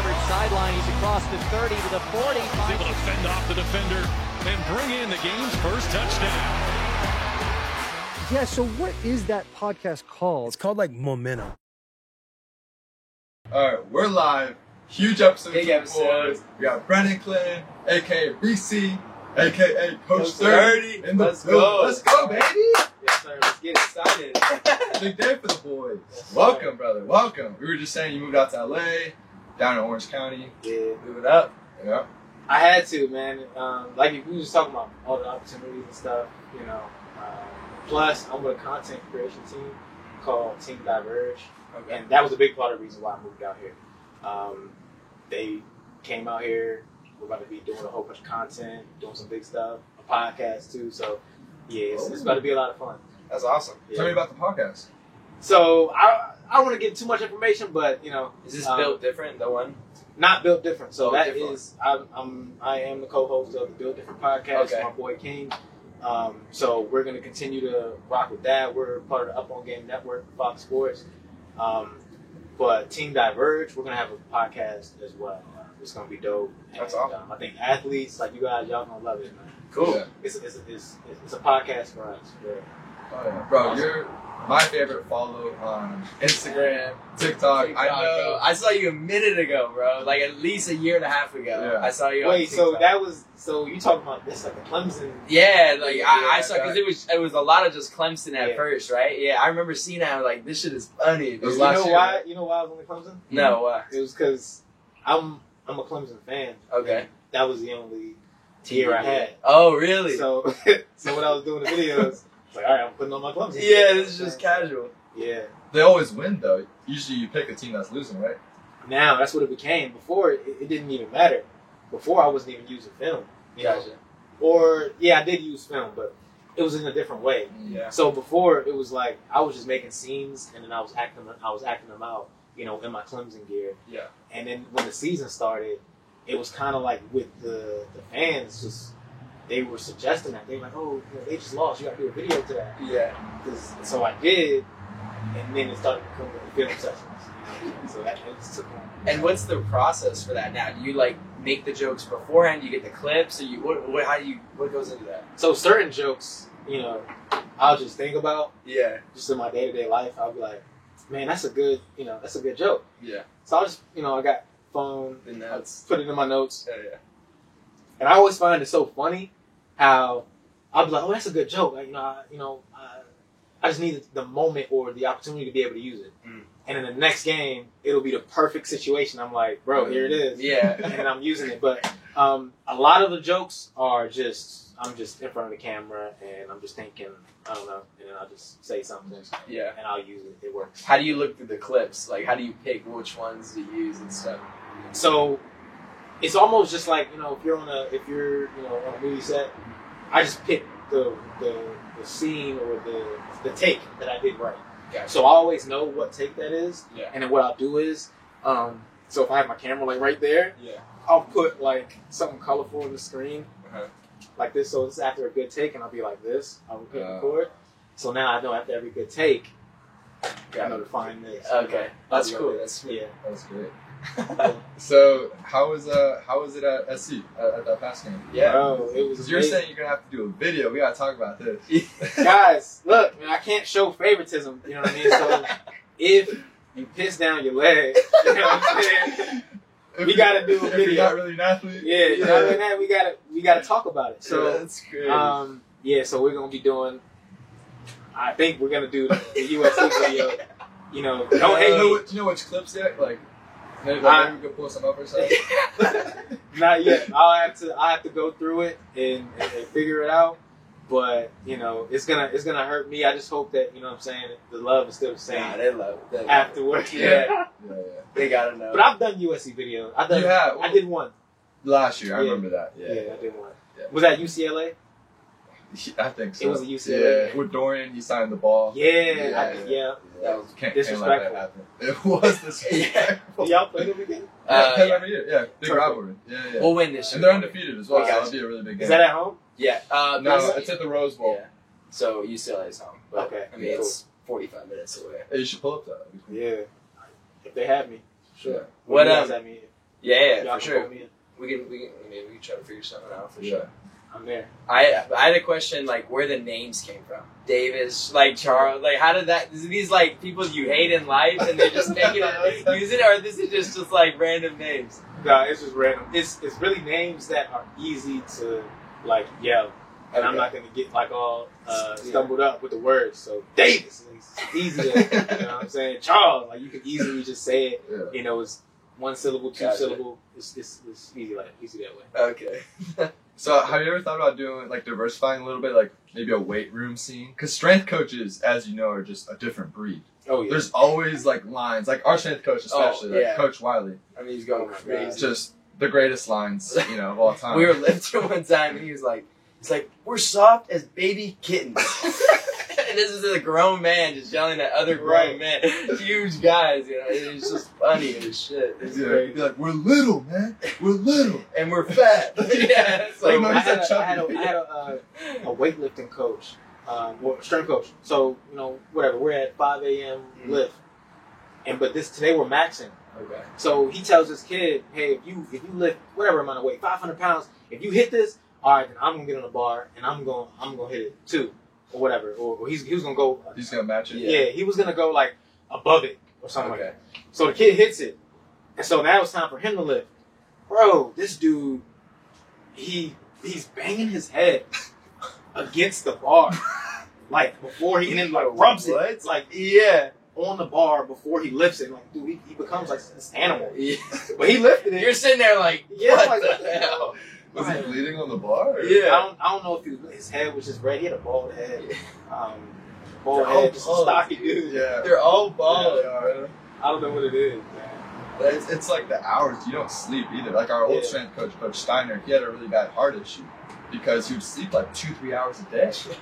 line. He's across the 30 to the 40. He's able to fend off the defender and bring in the game's first touchdown. Yeah, so what is that podcast called? It's called like Momentum. All right, we're live. Huge episode. Big for the episode. boys. We got Brennan Clinton, aka BC, aka Coach, Coach 30. 30. in the Let's building. go. Let's go, baby. Yes, sir. Let's get excited. Big day for the boys. Yes, sir. Welcome, brother. Welcome. We were just saying you moved out to LA, down in Orange County. yeah, move it up. Yeah. I had to, man. Um, like we were just talking about all the opportunities and stuff, you know. Uh, plus, I'm with a content creation team called Team Diverge, and that was a big part of the reason why I moved out here. Um, they came out here. We're about to be doing a whole bunch of content, doing some big stuff, a podcast too. So, yeah, it's, it's about to be a lot of fun. That's awesome. Yeah. Tell me about the podcast. So, I I don't want to give too much information, but you know, Is this Um, built different? The one? Not built different. So Oh, that different. is- I'm, I'm I am the co-host of the Built Different podcast. Okay. My boy King. Um, so we're gonna continue to rock with that. We're part of the Up on Game Network, Fox Sports. Um, but Team Diverge, we're gonna have a podcast as well. Uh, It's gonna be dope. That's And, awesome. Um, I think athletes like you guys, y'all gonna love it. Man. Yeah. It's, it's, it's, it's a podcast for us. Yeah. Oh, yeah. Bro, you're my favorite follow on Instagram, TikTok. I know. I saw you a minute ago, bro. Like at least a year and a half ago. Yeah. I saw you. Wait, on so TikTok. that was so you talking about this like a Clemson? Yeah, like I, Yeah, I saw because it was it was a lot of just Clemson at Yeah. first, right? Yeah, I remember seeing that. I was like, this shit is funny. It was Dude. You last know year. why? You know why I was only Clemson? No, uh, It was because I'm I'm a Clemson fan. okay. That was the only tier I had. Oh, really? So so when I was doing the videos, it's like all right, I'm putting on my Clemson. yeah, this is just casual. yeah. They always win, though. Usually you pick a team that's losing, right? Now that's what it became. Before it, it didn't even matter. Before I wasn't even using film. You know? Gotcha. Or yeah, I did use film, but it was in a different way. Yeah. So before it was like I was just making scenes and then I was acting I was acting them out, you know, in my Clemson gear. Yeah. And then when the season started, it was kind of like with the the fans just they were suggesting that they were like, oh, you know, they just lost. You got to do a video to that. Yeah. 'Cause- so I did, and then it started becoming the film sessions. You know? So that it just took on. And what's the process for that now? Do you like make the jokes beforehand? You get the clips, or you what? what how do you? What goes into that? So certain jokes, you know, I'll just think about Yeah. just in my day to day life. I'll be like, man, that's a good, you know, that's a good joke. Yeah. So I just, you know, I got phone, The I notes. put it in my notes, Yeah, yeah. And I always find it so funny how I'll be like, "Oh, that's a good joke." Like, you know, I, you know, I, I just need the moment or the opportunity to be able to use it. Mm. And in the next game, it'll be the perfect situation. I'm like, "Bro, here it is," Mm. Yeah. and I'm using it. But um, a lot of the jokes are just I'm just in front of the camera and I'm just thinking, I don't know, and then I'll just say something Yeah. and I'll use it. It works. How do you look through the clips? Like, how do you pick which ones to use and stuff? So it's almost just like you know if you're on a if you're you know on a movie set, I just pick the the, the scene or the the take that I did right. Gotcha. So I always know what take that is, Yeah. and then what I'll do is, um, so if I have my camera like right there, Yeah. I'll put like something colorful on the screen, Uh-huh. like this. So it's after a good take, and I'll be like this. I'll hit Uh. record. So now I know after every good take, I Got know to it. find this. Okay. That's Yeah. cool. That's Yeah. That's great. sweet. So, how was uh how was it at SC at, at that past game? yeah. Bro, it was. Because you're amazing. saying you're gonna have to do a video. We gotta talk about this. guys, look, man, I can't show favoritism. You know what I mean? So if you piss down your leg, you know what I'm saying? If We gotta do a if video. You're not really an athlete. Yeah, you know, other than that, we gotta we gotta talk about it. So that's great. um, yeah, so we're gonna be doing. I think we're gonna do the, the UFC video. You know, don't you know, hate what- Uh, you know which clips yet? Like, maybe, Uh, like, maybe we could pull some up or something. me. Not yet. I'll have to I have to go through it and, and, and figure it out. But you know, it's gonna it's gonna hurt me. I just hope that you know what I'm saying the love is still the same Nah, they love it. They love it. afterwards. Yeah. Yeah, yeah. They gotta know. But I've done USC videos. I've done. You have. I did one. Last year, I Yeah. remember that. Yeah, I did one. Yeah. Was that UCLA? I think so. It was a UCLA. Yeah, with Dorian, he signed the ball. Yeah, I did, yeah. That was- can't, can't let that Disrespectful. happen. It was disrespectful. Y'all played it again? Yeah, Uh, play yeah. every year. Yeah, big Perfect. rivalry. Yeah, yeah. We'll win this. and year. they're undefeated as well, We so got that'll be a really big game. Is that at home? Yeah. Uh, no, that's- it's at the Rose Bowl. yeah. So UCLA's home. But, Okay, I mean, cool. it's 45 minutes away. Hey, you should pull up that. Yeah. If they have me, sure. Yeah. What What you guys um? have me. Yeah, Y'all yeah, for can sure. vote me in. We can, we can, I mean, we can try to figure something out for Yeah. sure. I'm there. I, I had a question like where the names came from. Davis, like Charles, like how did that? Is these like people you hate in life and they're just making it, use it, or this is just just like random names? No, it's just random. It's it's really names that are easy to like yell, and I'm Okay. not gonna get like all uh, Yeah. stumbled up with the words. So Davis, like, it's easy. to- you know what I'm saying? Charles, like you can easily just say it. Yeah. You know, it's one syllable, two Gotcha. syllable. It's, it's it's easy like easy that way. Okay. So have you ever thought about doing like diversifying a little bit, like maybe a weight room scene? Because strength coaches, as you know, are just a different breed. Oh yeah. There's always like lines, like our strength coach especially, yeah. like Coach Wiley, I mean, he's going Oh my it's crazy. just uh, the greatest lines you know of all time. We were lifting one time and he was like, he's like, we're soft as baby kittens. and this is a grown man just yelling at other grown Right. men, huge guys. You know, it was just funny as shit. It's yeah, great. be like, we're little, man, we're little. And we're fat. yeah, it's like, Like, no, I he's had not a, I had a, chubby. I had a, uh, a weightlifting coach, um, or strength coach. So you know, whatever. We're at 5 a.m. Mm-hmm. Mhm. lift, and but this today we're maxing. okay. So he tells his kid, "Hey, if you if you lift whatever amount of weight, 500 pounds, if you hit this, all right, then I'm gonna get on the bar and I'm gonna I'm gonna hit it too, or whatever. Or, or he's he was gonna go, He's gonna match it. yeah. he was gonna go like above it or something like Okay. that. So the kid hits it, and so now it's time for him to lift. Bro, this dude, he he's banging his head against the bar, like before he and then like rubs it, What? It's like Yeah. on the bar before he lifts it. Like dude, he, he becomes like this animal. yeah. But he lifted it. You're sitting there like, Yeah, what like, the hell? Was he bleeding on the bar? or- Yeah. I don't, I don't know if he was, his head was just red. He had a bald head. Um, bald They're all head, just a bald, stocky dude. dude. Yeah. They're all bald. Yeah. bro. I don't know what it is, man. But It's, it's like the hours you don't sleep either. Like our old Yeah. strength coach, Coach Steiner, he had a really bad heart issue because he would sleep like two, three hours a day or a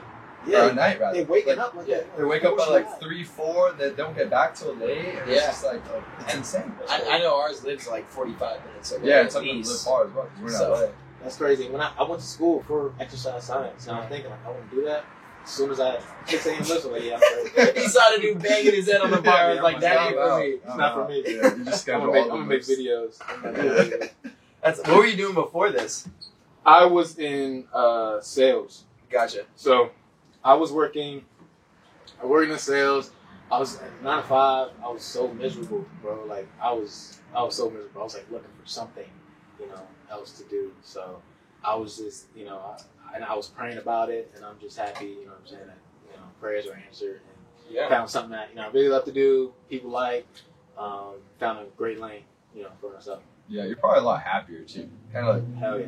Yeah, night rather. they waking Like, up like yeah, that. They wake up by What's like that? three, four. They don't get back till late. And Yeah. It's just like, like it's And insane. I, I know ours lives like 45 minutes away. yeah, at and some people live least. far as well because we're not. So- LA. That's crazy. When I, I went to school for exercise science, and I'm thinking like I want to do that. As soon as I six a.m. listen, like yeah, I'm ready. he saw the dude banging his head on the bar. I was Yeah, like, I'm that I'm ain't out. for me. I'm It's not for out. me. Yeah, you just I'm schedule gonna make, all I'm gonna the make moves. videos. I'm gonna make Yeah. videos. That's what were you doing before this? I was in uh, sales. Gotcha. So I was working, I worked in sales. I was at nine to five. I was so miserable, bro. Like I was, I was so miserable. I was like looking for something, you know, else to do. So I was just, you know, I, and I was praying about it, and I'm just happy, you know, what I'm saying that you know prayers were answered, and Yeah. found something that you know I really love to do. People like, um, found a great lane, you know, for myself. Yeah, you're probably a lot happier too. Kind of like, Hell yeah.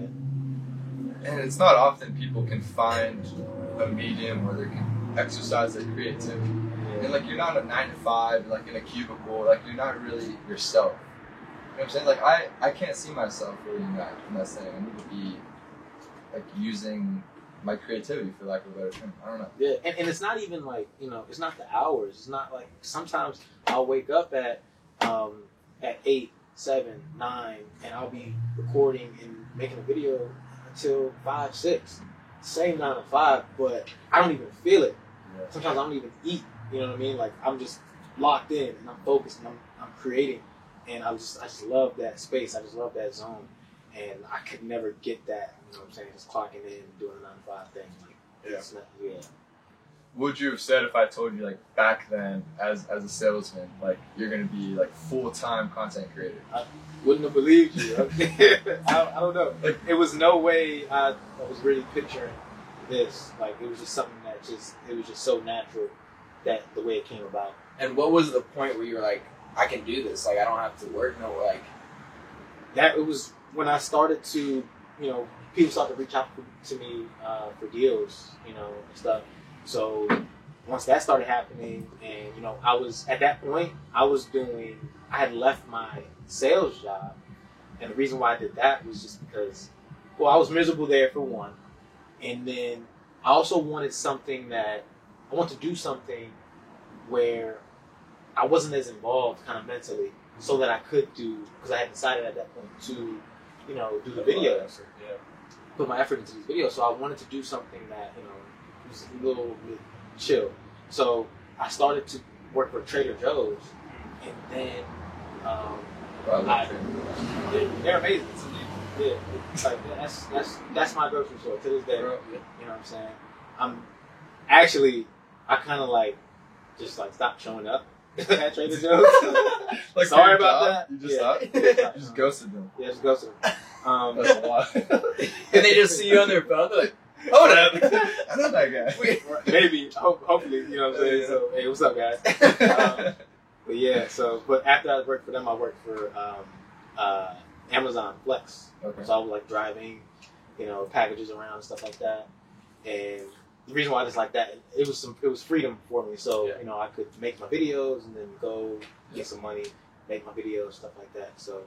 and it's not often people can find a medium where they can exercise their creativity. And like you're not a nine to five, like in a cubicle, like you're not really yourself. You know what I'm saying? Like I, I can't see myself really in that in that thing. I need to be like using my creativity for lack of a better term. I don't know. Yeah, and, and it's not even like you know, it's not the hours. It's not like sometimes I'll wake up at um, at eight, seven, nine, and I'll be recording and making a video until five, six, same nine to five, but I don't even feel it. Yeah. Sometimes I don't even eat. You know what I mean? Like I'm just locked in and I'm focused and I'm, I'm creating, and I just I just love that space. I just love that zone, and I could never get that. You know what I'm saying? Just clocking in, and doing a nine to five thing. Like it's not, yeah. Would you have said if I told you like back then as as a salesman, like you're gonna be like full time content creator? wouldn't have believed you. I, I don't know. Like- it was no way I, I was really picturing this. Like it was just something that just it was just so natural that the way it came about. And what was the point where you were like, I can do this? Like, I don't have to work no like. That it was when I started to you know people started to reach out to me uh, for deals, you know, and stuff. So once that started happening, and you know, I was at that point, I was doing, I had left my sales job, and the reason why I did that was just because, well, I was miserable there for one, and then I also wanted something that I want to do something where I wasn't as involved, kind of mentally, so that I could do because I had decided at that point to, you know, do the video put my effort into these videos. So I wanted to do something that you know was a little bit chill. So I started to work for Trader Joe's, and then um, Well, I I- love it. They're, they're amazing. It's amazing. Yeah, it's like that's that's that's my grocery store to this day. Bro, You know what I'm saying? I'm actually I kind of like just like stopped showing up at Trader Joe's. Like Sorry your about job, that. You just Yeah. stopped. and You just ghosted them. yeah, just go to. Um, That's a lot. they just see you on their phone. They're like, hold up. I know that guy. We- maybe ho- hopefully you know what I'm saying. Yeah. So hey, what's up, guys? Um, But yeah, so but after I worked for them, I worked for um, uh, Amazon Flex. Okay. So I was like driving, you know, packages around and stuff like that. And the reason why I just like that, it was some, it was freedom for me. So Yeah. you know, I could make my videos and then go Yeah. get some money, make my videos, stuff like that. So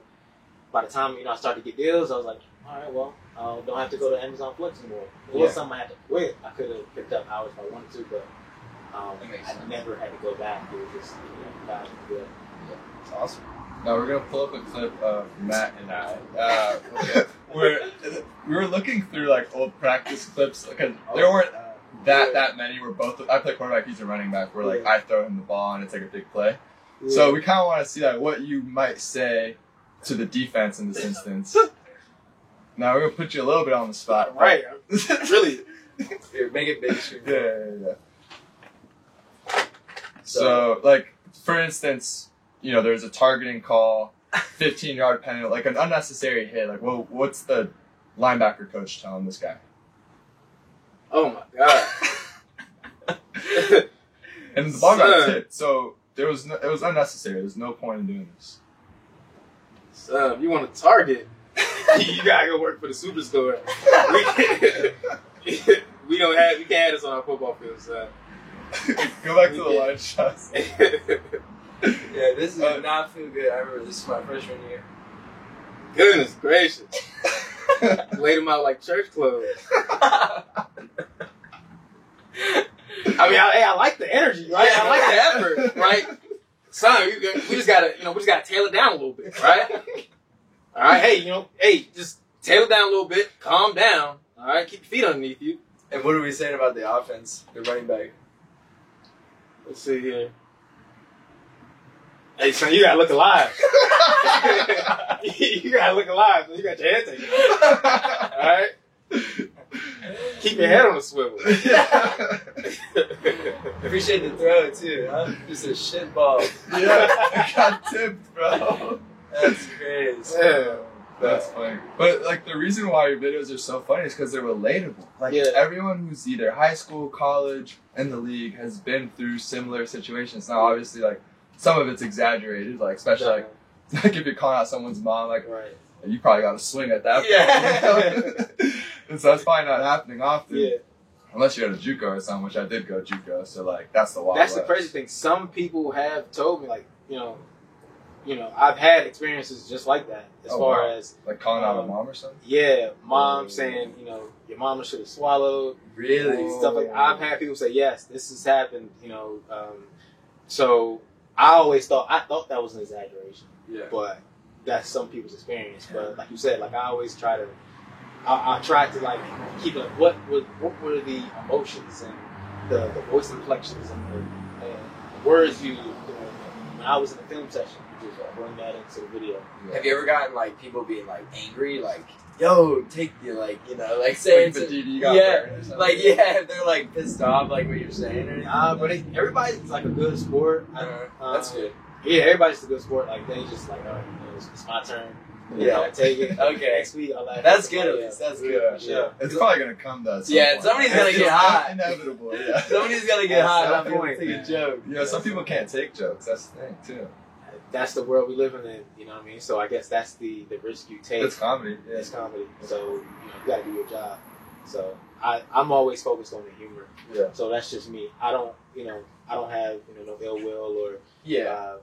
by the time you know I started to get deals, I was like, all right, well, I don't have to go to Amazon Flex anymore. It was Yeah. something I had to quit. I could have picked up hours if I wanted to, but um, That makes I sense. never had to go back. It was just you know, God, good. It's awesome. Now we're gonna pull up a clip of Matt and I. Uh, okay. we're we were looking through like old practice clips because there weren't Uh, that that many. We're both I play quarterback, he's a running back. We're like Yeah. I throw him the ball and it's like a big play. So we kind of want to see like what you might say to the defense in this instance. now we're gonna put you a little bit on the spot, right, really? Here, make it big. Yeah, yeah, yeah. So, like, for instance, you know, there's a targeting call, 15 yard penalty, like an unnecessary hit. Like, well, what's the linebacker coach telling this guy? Oh my god. And the ball got Son. tipped, so there was no, it was unnecessary. There's no point in doing this. so if you want to target, you gotta go work for the superstore. We, we don't have we can't have this on our football field, so Go back to the We did. line shots. Yeah, this did Uh, not feel good. I remember this is my freshman year. goodness gracious. Laid them out like church clothes. I mean, I, hey, I like the energy, right? I like the effort, right? Son, you, got- we just gotta, you know, we just gotta tail it down a little bit, right? All right, hey, you know, hey, just tail it down a little bit, calm down, all right? Keep your feet underneath you. And what are we saying about the offense? The running back. Let's see here. Hey, son, you gotta look alive. you gotta look alive, so you got your head taken. All right, keep your head on a swivel. Appreciate the throw too, huh? Just a shit ball. yeah, I got tipped, bro. That's crazy. yeah. That's funny. But like the reason why your videos are so funny is because they're relatable. Like Yeah. everyone who's either high school, college, and the league has been through similar situations. Now obviously like some of it's exaggerated, like especially like, like if you're calling out someone's mom, like right. you probably got to swing at that point. Yeah. and so that's probably not happening often. Yeah. Unless you're at a JUCO or something, which I did go JUCO, so like that's the wild That's the west. crazy thing. Some people have told me, like, you know, you know, I've had experiences just like that. As Oh, far wow. Mm. as Like calling out a Um, mom or something? yeah, mom saying, you know, your mama should have swallowed Really? Oh. stuff like. I've had people say, yes, this has happened. You know, um, so I always thought I thought that was an exaggeration, Yeah. but that's some people's experience. But like you said, like I always try to, I, I try to like keep it. What would what were the emotions and the, the voice inflections and the, and the words you, you know, when I was in the film session, you just like, bring that into the video. Have you ever gotten like people being like angry, like "Yo, take the like you know, like saying Like, the to- DD got yeah, burned or something. like yeah, if they're like pissed off, like what you're saying or anything. Uh, but it, everybody's like a good sport. I, Uh, that's um, good. Yeah, everybody's a good sport. Like they just like, all right, you know, it's, it's my turn. You Yeah. know, I take it. Okay. Next week, I'll laugh. That's good. At Yeah. least that's good. Yeah, for sure. It's probably gonna come though. at some Yeah, point. somebody's gonna It's get just hot. Inevitable. Yeah. Somebody's gotta get At hot. some Not be able to point, take a man. joke. Yeah, some people can't take jokes. That's the thing too. That's the world we live in. You know what I mean? So I guess that's the the risk you take. It's comedy. Yeah. It's comedy, so you, know, you gotta do your job. So I, I'm always focused on the humor. Yeah. So that's just me. I don't, you know, I don't have you know no ill will or Yeah. uh,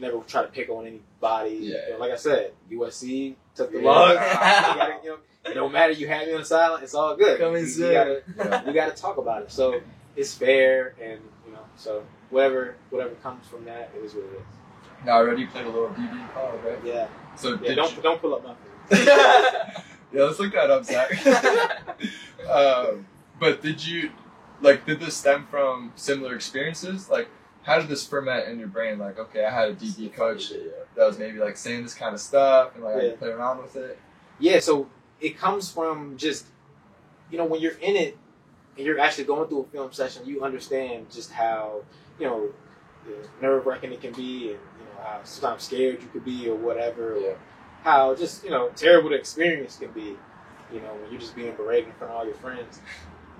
never try to pick on anybody. Yeah. You know, like I said, USC took the Yeah. log. Yeah. You gotta, you know, it don't matter. You have me on silent. It's all good. Coming You- you soon. gotta- we got to talk about it. So it's fair, and you know, so whatever whatever comes from that, it is what it is. Now I already played a little DB in college, right? Yeah, So yeah. did Don't you- don't pull up my. yeah, let's look that up, Zach. um, but did you like did this stem from similar experiences? Like how did this ferment in your brain? Like, okay, I had a DB coach that was maybe like saying this kind of stuff, and like I Yeah. could play around with it. Yeah, so it comes from just, you know, when you're in it and you're actually going through a film session, you understand just how, you know, nerve wracking it can be and, you know, how sometimes scared you could be or whatever, or how just, you know, terrible the experience can be, you know, when you're just being berated in front of all your friends. It's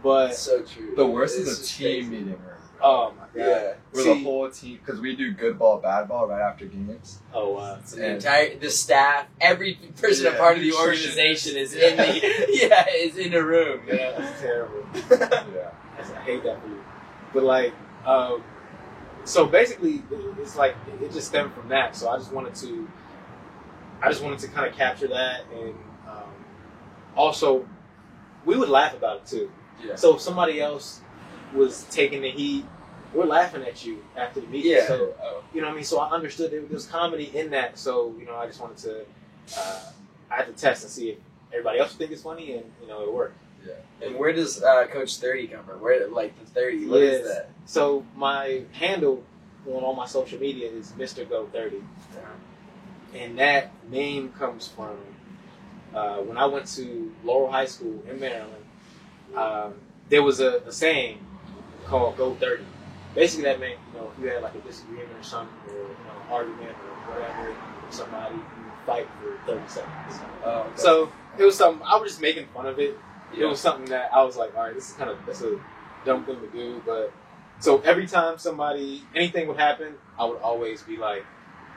But, so true. The worst This is a team crazy. meeting room. oh my God. Yeah. Where the See- whole team, because we do good ball, bad ball right after games. Oh, wow. So the And- entire the staff, every person a Yeah, part of the nutritionist. organization is in Yeah. the yeah is in a room. You know? That's terrible. Yeah. That's- I hate that for you. But like, um, so basically, it's like it just stemmed from that. So I just wanted to, I just wanted to kind of capture that, and um, also we would laugh about it too. Yeah. So if somebody else was taking the heat, we're laughing at you after the meeting. Yeah. So oh. you know what I mean. So I understood there there was comedy in that. So you know, I just wanted to, uh, I had to test and see if everybody else think it's funny, and you know, it worked. And where does uh, Coach Thirty come from? Where like the thirty? What is Yes. that? So my handle on all my social media is Mr. Go Thirty, and that name comes from uh, when I went to Laurel High School in Maryland. Um, there was a, a saying called "Go 30." Basically, that meant you know if you had like a disagreement or something, or you know, argument or whatever, with somebody you fight for 30 seconds. Oh, okay. Um, So it was something I was just making fun of it. It Yeah. was something that I was like, all right, this is kind of that's a dumb thing to do, but so every time somebody anything would happen, I would always be like,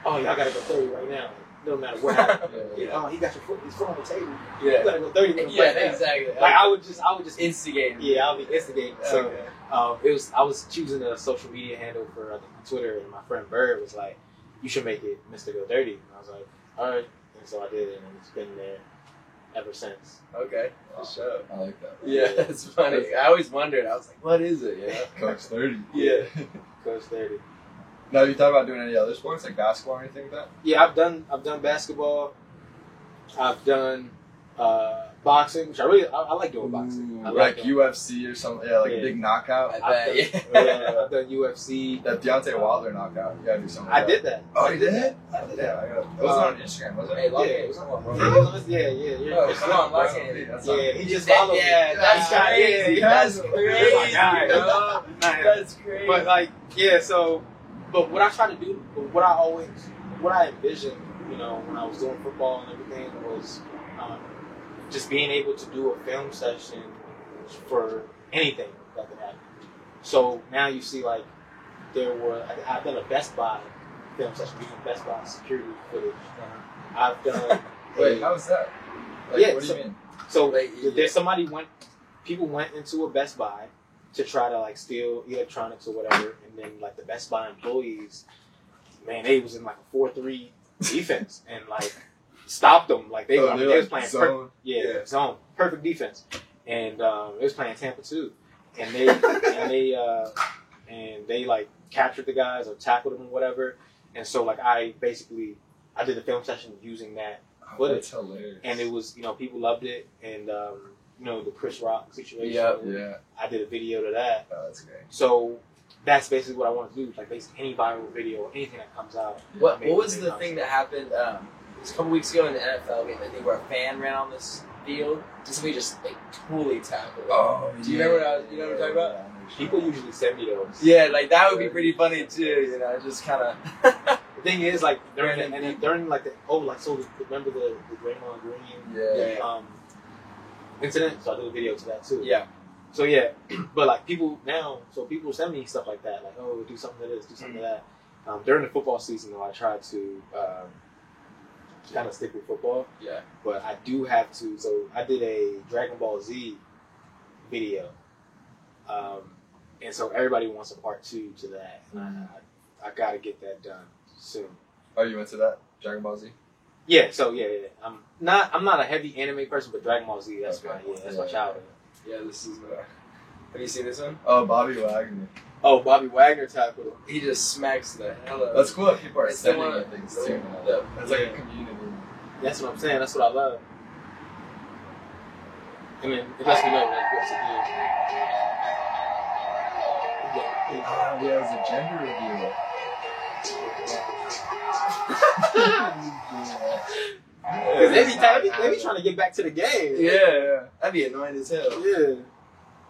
oh, y'all gotta go thirty right now, no matter what happens. Yeah. Oh, he got your foot, his foot on the table. You yeah, gotta go thirty with him right yeah, now. exactly. Like I would just, I would just, instigated. yeah, I'll be instigating. So Okay. um, it was, I was choosing a social media handle for I think Twitter, and my friend Bird was like, "You should make it Mister Go Dirty," and I was like, "All right," and so I did, it, and it's been there ever since. Okay. For sure. I like that. Yeah, that's funny. I always wondered. I was like, what is it? Yeah. Coach 30. Yeah. Coach Thirty. now, have you thought about doing any other sports like basketball or anything like that? Yeah, I've done, I've done basketball. I've done uh, boxing, which I really, I, I like doing boxing. I like doing- UFC or something? Yeah, like Yeah. a big knockout. I I've bet. Yeah. Yeah, I've done UFC. That Deontay Wilder knockout. You gotta do something. I like did that. That. Oh, I you did? it? I did Um, Yeah, that. I got it. It was on Instagram, wasn't Hey, it? Lock Yeah. it. Come on, bro. Yeah, yeah, yeah. yeah. Oh, come on, Lock Yeah, it. that's Yeah, not- he just That- followed me. yeah, that's Yeah, crazy. yeah, That's yeah. crazy, Yeah. bro. Nah, That's crazy. But like, yeah. So, but what I try to do, but what I always, what I envisioned, you know, when I was doing football and everything was um, just being able to do a film session for anything that could happen. So now you see, like, there were I, I've done a Best Buy film session, using Best Buy security footage. I've done. Wait, how was that? Like, Yeah, what do so- you mean? So Like, yeah. there's somebody went, people went into a Best Buy to try to like steal electronics or whatever, and then like the Best Buy employees, man, they was in like a four three defense and like stopped them. Like they, Oh, were they're, they was like, playing per- zone. yeah, Yeah. zone perfect defense, and um, it was playing Tampa too, and they and they uh, and they like captured the guys or tackled them or whatever, and so like I basically I did the film session using that Oh, What that's hilarious. and it was you know people loved it and um, you know the Chris Rock situation. Yep. Yeah, I did a video to that, oh, that's great. so that's basically what I want to do. Like basically any viral video, anything that comes out. What Amazing What was the concept. thing that happened? Um, it was a couple weeks ago in the NFL game. I think where a fan ran on this field. and Somebody just like totally tackled. him. Oh, Do you remember what I was- you know what I'm talking about? People usually send me those. Yeah, like that would be pretty funny too. You know, just kind of. The thing is, like during Brandon the, and then during like the oh like so remember the the Draymond Green Yeah. Yeah. um incident. So I did a video to that too. yeah. So yeah, but like people now, so people send me stuff like that, like oh, do something to this, do something to that. Um, during the football season, though, I try to um, kind of stick with football. Yeah. But I do have to. So I did a Dragon Ball Z video, um, and so everybody wants a part two to that, and Mm-hmm. I, I, I got to get that done soon. Oh, you went to that Dragon Ball Z. Yeah. So yeah, yeah, I'm not. I'm not a heavy anime person, but Dragon Ball Z. That's Okay. my yeah, that's Yeah. my childhood. Yeah. This is. Uh, have you seen this one? Oh, Bobby Wagner. Oh, Bobby Wagner tackled him. He just smacks the hell out. of That's cool that people are It's the sending one- you things too. the- That's like a yeah. community. That's what I'm saying. That's what I love. And then it lets me know like what's it do. Yeah. Yeah, he has a gender reveal. Because they, be- they, be- they be trying to get back to the game. Yeah, that'd be annoying as hell. Yeah.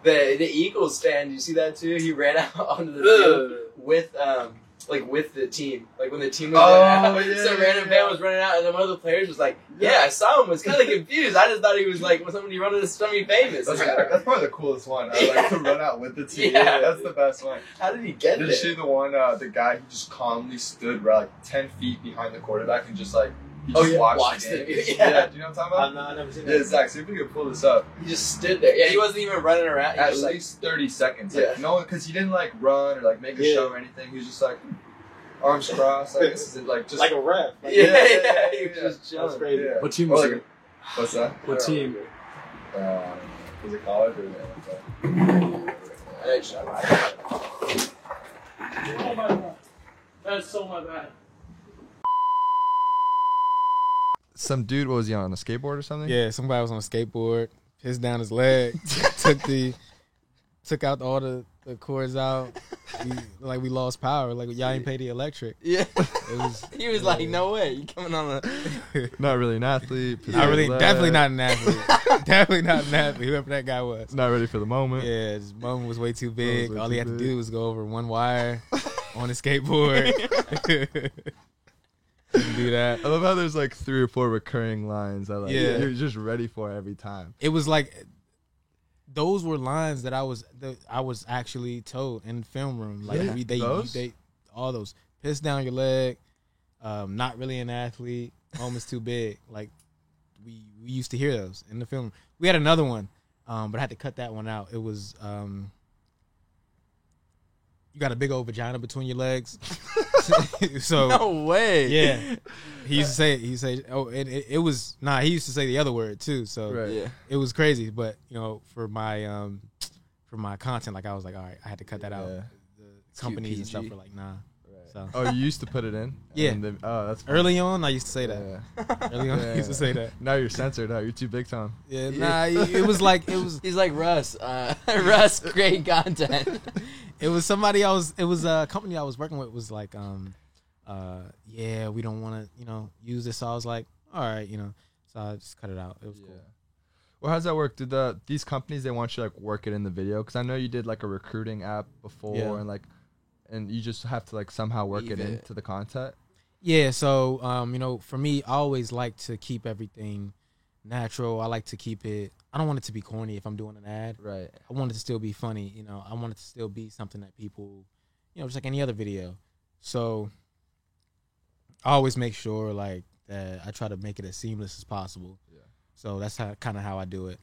The the Eagles fan, you see that too? He ran out onto the field Ugh. with um like with the team, like when the team was Oh, running out. yeah, so yeah, random yeah. fan was running out, and then one of the players was like, "Yeah, I saw him." Was kind of confused. I just thought he was like was somebody running into somebody famous. That's, kinda, that's probably the coolest one. I like to run out with the team. Yeah. That's the best one. How did he get Did there? you see the one, uh, the guy who just calmly stood right, like 10 feet behind the quarterback and just like, he Oh, just yeah, watched, watched the it. game? Yeah. do you know what I'm I've talking not, I've never seen about? that. Yeah, Zach, see if we can pull this up. He just stood there. Yeah, he wasn't even running around. He At was like, least 30 seconds. Like, Yeah. No, because he didn't like run or like make a Yeah. show or anything. He was just like, arms crossed. Like, this is it. Like, just. Like a ref. Like, yeah, yeah, yeah, yeah, he was yeah. just That's chilling. crazy. yeah. What team Or, was like, it? What's that? What team? Um, was it college or what? Hey, shut up. Oh my god. That's so my bad. Some dude, what was he on? A skateboard or something? Yeah, somebody was on a skateboard, pissed down his leg, took the took out all the, the cords out. We, like we lost power. Like y'all ain't pay the electric. Yeah. It was he was like, no way, you coming on a. Not really an athlete. not really definitely not an athlete. definitely not an athlete, whoever that guy was. Not ready for the moment. Yeah, his moment was way too big. way all too he had big. to do was go over one wire on a skateboard. Couldn't do that. I love how there's like three or four recurring lines that like Yeah. you're just ready for every time. it was like those were lines that I was that I was actually told in the film room. Like Yeah, we they, those? they all those piss down your leg, um, not really an athlete, home is too big. Like we we used to hear those in the film. room. We had another one, um, but I had to cut that one out. It was um, you got a big old vagina between your legs. so No way. yeah, he used to say he used to say oh and it, it was nah he used to say the other word too. So Right. Yeah. it was crazy, but you know, for my um for my content, like I was like, all right, I had to cut that out. Yeah. The companies and stuff PG. were like, nah. So Oh, you used to put it in. Yeah. And then- oh, that's early on, I used to say that. Early on, I used Yeah. to say that. Now you're censored. Huh? You're too big time. Yeah, nah, it, it was like it was He's like Russ. Uh, Russ, great content. it was somebody I was it was a company I was working with was like um uh yeah we don't want to you know use this. So I was like, all right, you know. So I just cut it out. It was cool. Well, how's that work? Did the these companies they want you to like work it in the video? Because I know you did like a recruiting app before Yeah. and like, and you just have to like somehow work Weave it, it. into the content. Yeah, so um, you know, for me, I always like to keep everything natural. I like to keep it. I don't want it to be corny if I'm doing an ad. Right. I want it to still be funny. You know, I want it to still be something that people, you know, just like any other video. So I always make sure like that I try to make it as seamless as possible. Yeah. So that's how kind of how I do it.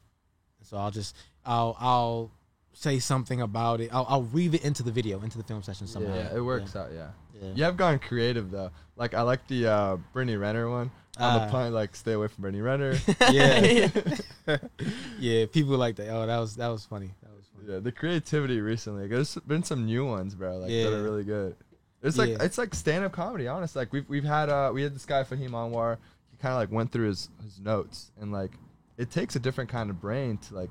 So I'll just I'll I'll say something about it. I'll, I'll weave it into the video, into the film session somehow. Yeah, it works out. Yeah. Yeah. You have gone creative though. Like I like the uh Brittany Renner one on the Ah. plan. Like stay away from Brittany Renner. yeah. yeah, people like that. Oh, that was that was funny. That was funny. Yeah, the creativity recently. There's been some new ones, bro. Like that Yeah. are really good. It's like Yeah. it's like stand up comedy, honest. Like we've we've had uh we had this guy Fahim Anwar. He kind of like went through his his notes and like it takes a different kind of brain to like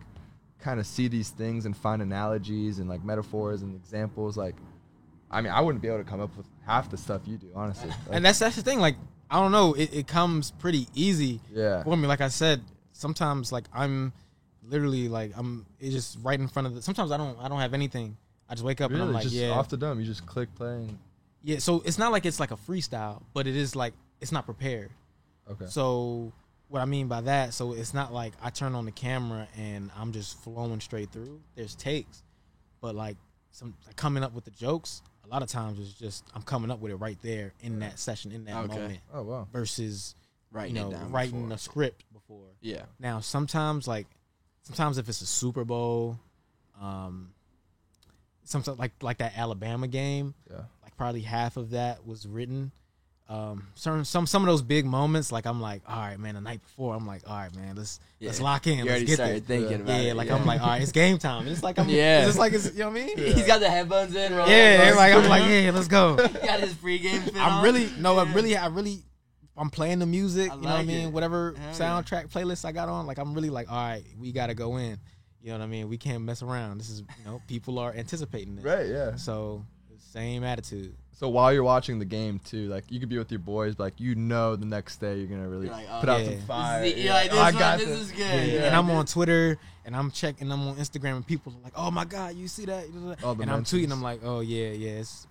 kind of see these things and find analogies and like metaphors and examples. Like, I mean, I wouldn't be able to come up with half the stuff you do, honestly. Like, And that's that's the thing. Like I don't know, it, it comes pretty easy yeah, for me. Like I said, sometimes like I'm literally like I'm it's just right in front of the. Sometimes I don't I don't have anything. I just wake up and really, I'm like just yeah off the dome. You just click play. And, yeah. So it's not like it's like a freestyle, but it is like it's not prepared. okay. So what I mean by that, so it's not like I turn on the camera and I'm just flowing straight through. There's takes, but like some like coming up with the jokes. A lot of times it's just I'm coming up with it right there in that session in that Okay. moment Oh wow. versus Writing you know it down. writing before. a script before. Yeah. Now sometimes like sometimes if it's a Super Bowl, um, sometimes like like that Alabama game, Yeah. like probably half of that was written. Um, certain some some of those big moments, like I'm like, all right, man. The night before, I'm like, all right, man, let's let's Yeah. lock in, You let's already get started this. thinking about yeah, it. like I'm like, all right, it's game time. It's like I'm Yeah. yeah, it's like it's you know what I mean. He's got the headphones in. rolling Yeah, his like I'm eyes. like, yeah, let's go. He got his pregame. fit I'm on. really no, I'm Yeah. really, I really, I'm playing the music. I you know what I like mean? it. Whatever Hell yeah. soundtrack playlist I got on, like I'm really like, all right, we gotta go in. You know what I mean? We can't mess around. This is you know people are anticipating this. Right, yeah. So same attitude. So while you're watching the game too, like you could be with your boys, but like you know the next day you're gonna really You're like, oh, put out yeah. some fire. This is the- You're you're like, oh, this, one- this is good. Yeah. And I'm on Twitter and I'm checking. I'm on Instagram and people are like, "Oh my god, you see that?" All the and I'm tweeting. mentions. I'm like, "Oh yeah, yeah, it's,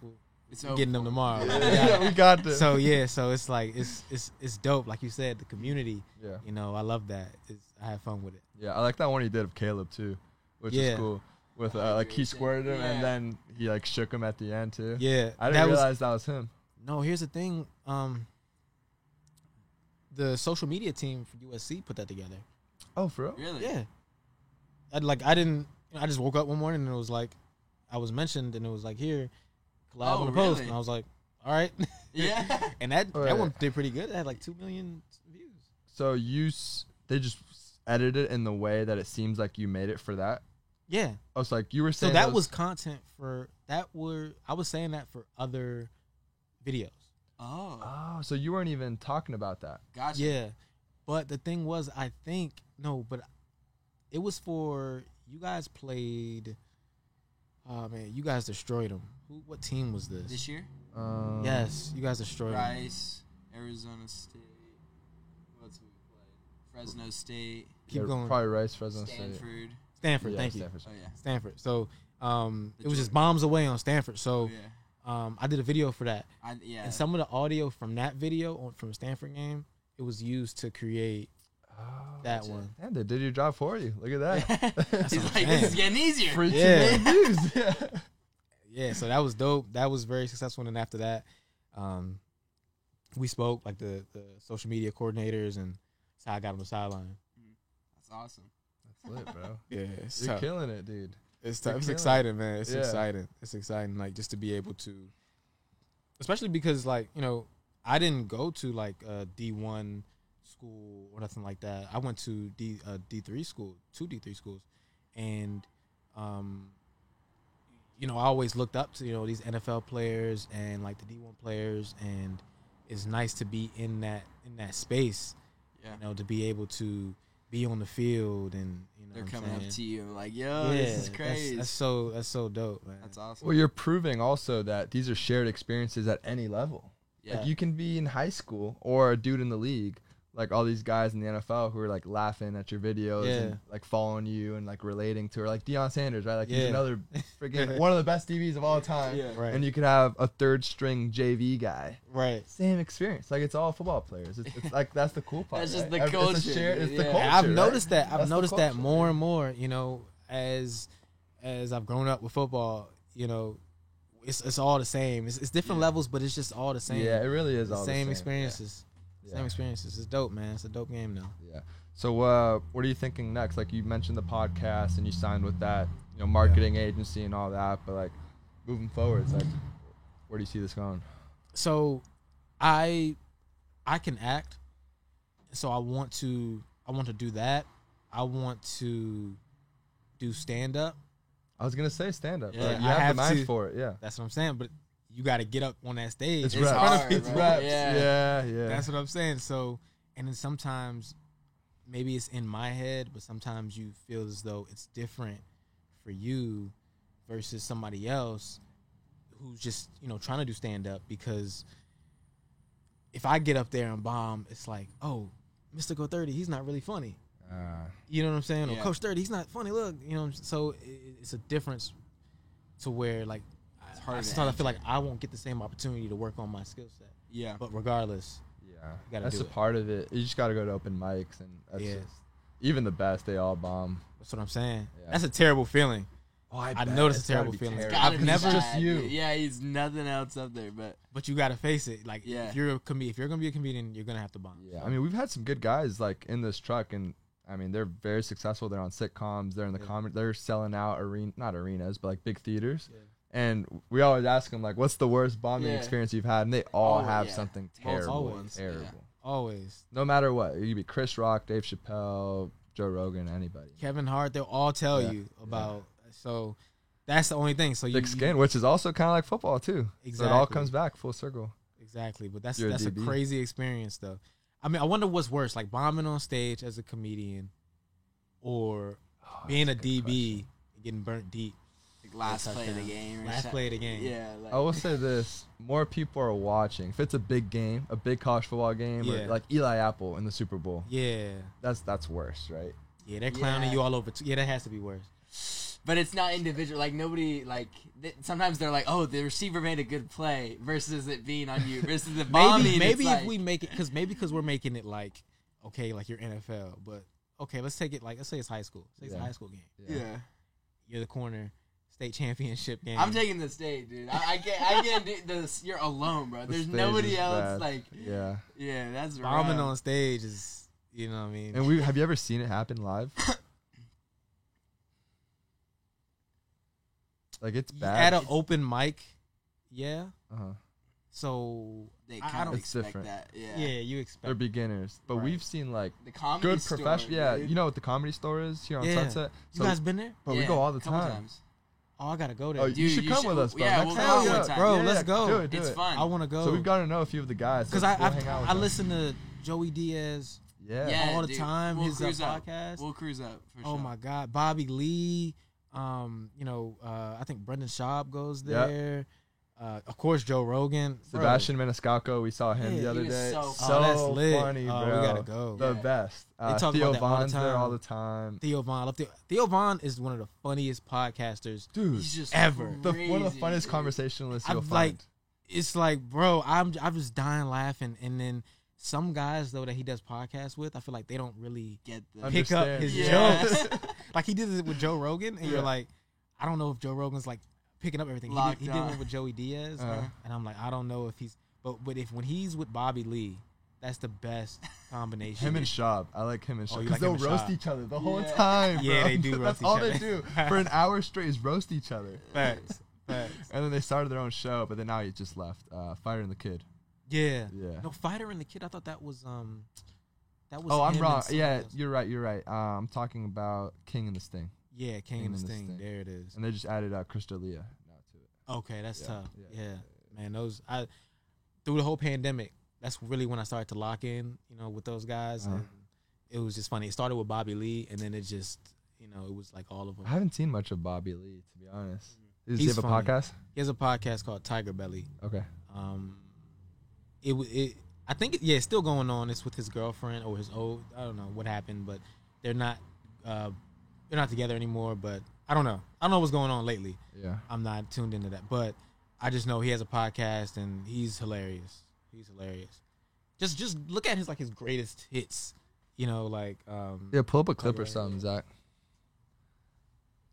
It's we're getting them tomorrow." Like, we got yeah, we got it. this. so yeah, so it's like it's it's it's dope. Like you said, the community. yeah, You know, I love that. It's, I have fun with it. yeah, I like that one he did of Caleb too, which Yeah. is cool. With uh, like he squirted him Yeah. and then he like shook him at the end too. Yeah, I that didn't was realize that was him. no. Here's the thing. Um, the social media team for USC put that together. Oh, for real? Really? Yeah. I like I didn't. You know, I just woke up one morning and it was like, I was mentioned and it was like here, collab Oh, on the post really? and I was like, all right, Yeah. and that Right. that one did pretty good. It had like two million views. So you s- they just edited it in the way that it seems like you made it for that. Yeah. Oh, so like you were So saying that was content for that were I was saying that for other videos. Oh, Oh, so you weren't even talking about that. gotcha. Yeah. But the thing was, I think no, but it was for you guys played. Oh man, you guys destroyed them. Who? What team was this? This year, Um, Yes, you guys destroyed 'em. Rice, Arizona State. What's who we played? Fresno State, Keep yeah, going. Probably Rice, Fresno State. Stanford. Stanford. Yeah, thank you. Stanford. Oh yeah. Stanford. So um, The it was just Jordan. bombs away on Stanford. Oh So yeah. um, I did a video for that, I, yeah. and some of the audio from that video on, from Stanford game, it was used to create Oh, that one. Damn, they did your job for you. Look at that. He's what I'm like, this is saying. getting easier. Freaking Yeah. views. Yeah. Yeah, so that was dope. That was very successful. And after that, um, we spoke like the, the social media coordinators, and that's how I got on the sideline. That's awesome. That's lit, bro. Yeah, You're killing it, dude. It's You're tough. It's killing exciting, man. It's Yeah. exciting. It's exciting, like just to be able to, especially because like you know, I didn't go to like a D one school or nothing like that. I went to D uh, D three school, two D three schools, and um, you know, I always looked up to you know these NFL players and like the D one players, and it's nice to be in that in that space. Yeah. You know, to be able to be on the field and you know They're what I'm coming saying? up to you like, Oh, yo, this is that's- crazy. That's, That's, so that's so dope, man. awesome. Well, you're proving also that these are shared experiences at any level. yeah. Like you can be in high school or a dude in the league, like all these guys in the NFL who are like laughing at your videos Yeah. and like following you and like relating to her, like Deion Sanders, right? Like he's Yeah. another freaking one of the best DBs of all time. Right. And you could have a third string JV guy. right. Same experience. Like it's all football players. It's, it's like that's the cool part. That's right? just the Every- It's, culture, a shared- it's the yeah. culture. I've right? noticed that. I've That's the noticed that culture. more and more. You know, as as I've grown up with football, you know, it's it's all the same. It's, it's different levels, but it's just all the same. Yeah, it really is It's the all same, the same. experiences. Yeah. Same experiences. It's dope, man. It's a dope game now. Yeah. So, uh, what are you thinking next? Like you mentioned the podcast and you signed with that, you know, marketing agency and all that, but like moving forward, it's like where do you see this going? so i i can act so i want to i want to do that i want to do stand up I was gonna say stand up. Yeah, you I have, have the mind to- for it. Yeah. that's what i'm saying but you got to get up on that stage It's, It's reps. hard, it's right? reps. Yeah. Yeah. Yeah. that's what i'm saying so and then sometimes maybe it's in my head but sometimes you feel as though it's different for you versus somebody else who's just you know trying to do stand up because if i get up there and bomb it's like oh mystical 30 he's not really funny Uh, you know what I'm saying? Or Yeah. Coach Thirty, he's not funny. Look, you know. what I'm s- So i- i- it's a difference to where like I- harder I to start. I feel like enter. I won't get the same opportunity to work on my skill set. yeah. But regardless, yeah. gotta That's do a it. part of it. You just gotta go to open mics and that's Yeah. just, even the best they all bomb. that's what I'm saying. Yeah. That's a terrible feeling. Oh, I, I know that's a terrible feeling. I've Gotta be never- just bad. you. Yeah, he's nothing else up there, but But you gotta face it. Like Yeah. if you're a com- if you're gonna be a comedian, you're gonna have to bomb. Yeah, I mean, we've had some good guys like in this truck, and I mean, they're very successful. They're on sitcoms. They're in the Yeah. comedy. They're selling out arena, not arenas, but like big theaters. And we always ask them like, "What's the worst bombing Yeah. experience you've had?" And they all Oh, have yeah. something Multiple terrible, ones, terrible. yeah. Always. No matter what, it could be Chris Rock, Dave Chappelle, Joe Rogan, anybody. Kevin Hart, they'll all tell Yeah. you about. So that's the only thing. So you Thick you- skin, which is also kind of like football too. So it all Exactly. comes back full circle. Exactly, but that's You're a that's a, DB. crazy experience, though. Oh, I mean, I wonder what's worse, like bombing on stage as a comedian, or being a DB and getting burnt deep. Like last Yeah, play of the touchdown. game. Or Last shot- play of the game. Yeah. Like, I will say this: more people are watching. If it's a big game, a big college football game, Yeah. or like Eli Apple in the Super Bowl, Yeah, that's that's worse, right? yeah, they're clowning Yeah. you all over. T- yeah, that has to be worse. But it's not individual. Like nobody. Like th- sometimes they're like, "Oh, the receiver made a good play," versus it being on you. Versus the bombing. maybe it's maybe if like- we make it because maybe because we're making it like okay like your NFL but okay let's take it like let's say it's high school let's say it's a Yeah. high school game Yeah. you're the corner state championship game I'm taking the state, dude. I, I can't. I can't do this. You're alone, bro. The There's stage nobody is else. bad. Like, yeah. yeah, that's bombing rough. on stage is you know what I mean And we have you ever seen it happen live? like it's You at bad. an open mic yeah uh-huh. so They I- I kind of don't- It's expect different. that. Yeah. yeah, you They're expect beginners, but Right. we've seen like The comedy good store, professional. Yeah, dude. you know what the comedy store is here on Yeah. Sunset. you guys been there but we Yeah, go all the couple time. times. oh I gotta go there Oh, you, Dude, should you come should- with us, bro. yeah, Next we'll time, go yeah. one time. Bro, let's yeah, go. Do it, do It's it. fun. I want to go So we've gotten to know a few of the guys. because so I we'll I, hang out with I them. listen to Joey Diaz Yeah. Yeah, all the dude. time We'll his uh, cruise out. podcast We'll cruise up. For Oh sure. my God, Bobby Lee. Um, you know, uh, I think Brendan Schaub goes Yeah. there. Uh, of course, Joe Rogan. Bro, Sebastian Maniscalco, we saw him Yeah, the other he was day. so Oh, funny. that's lit. funny, Oh, bro. we gotta go. The Yeah. best. Uh, talk about Theo that all the Vaughn's there time. all the time. Theo Vaughn. I love Theo. Theo Vaughn is one of the funniest podcasters. Dude, He's just Ever. the, one of the crazy, funniest dude. conversationalists I'm you'll like- find. It's like, bro, I'm I'm just dying laughing. And then some guys though that he does podcasts with, I feel like they don't really Get the. I'm- pick up Understand. his Yeah. jokes. like he did it with Joe Rogan, and you're Yeah. like, I don't know if Joe Rogan's like picking up everything. He did, Locked he did on. one with Joey Diaz, Uh-huh. and I'm like, I don't know if he's. But but if when he's with Bobby Lee, that's the best combination. Him and Shab. I like him and Shab. Oh, you 'Cause like him they'll and roast Shab. each other the whole Yeah. time. Bro. Yeah, they do roast That's each all other. they do for an hour straight is roast each other. facts, facts. And then they started their own show, but then now he just left. Uh, Fire and the Kid. Yeah. Yeah. No fighter and the kid. I thought that was um, that was. oh, I'm him wrong. and someone Yeah, else. you're right. You're right. Uh, I'm talking about King and the Sting, yeah. King and the Sting. There it is. and they just added uh, Chris D'Elia now to it. Okay, that's Yeah, tough. yeah, Yeah, man. Those I through the whole pandemic. That's really when I started to lock in. You know, with those guys, Uh-huh. and it was just funny. It started with Bobby Lee, and then it just you know it was like all of them. I haven't seen much of Bobby Lee to be honest. Does he Mm-hmm. He's have a funny. podcast? He has a podcast called Tiger Belly. Okay. Um, it wa- it I think it, yeah, it's still going on. It's with his girlfriend or his old. I don't know what happened, but they're not uh they're not together anymore. But I don't know. I don't know what's going on lately. Yeah. I'm not tuned into that, but I just know he has a podcast and he's hilarious. He's hilarious. Just just look at his like his greatest hits. You know, like um Yeah. Pull up a clip or something, Zach.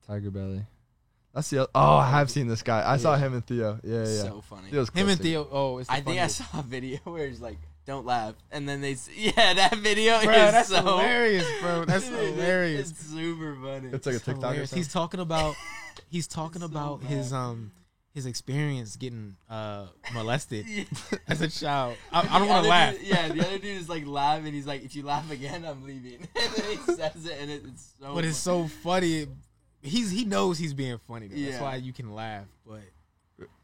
Tiger Belly. That's the. oth- Oh, I have seen this guy. I saw him and Theo. Yeah, yeah. So funny. Theo's him and classic. Theo. Oh, it's the I think I funniest. saw a video where it's like, "Don't laugh," and then they, s- yeah, that video Bro, is that's so hilarious, bro. That's Dude, it- hilarious. It's super funny. It's like a It's TikTok or hilarious. something. He's talking about he's talking so about his um his experience getting uh molested as a child. I, I don't The want other to laugh. dude- yeah, the other dude is like laughing. He's like, "If you laugh again, I'm leaving." and then he says it, and it, it's so. But it's funny. so funny. He's he knows he's being funny. Though. Yeah. That's why you can laugh. But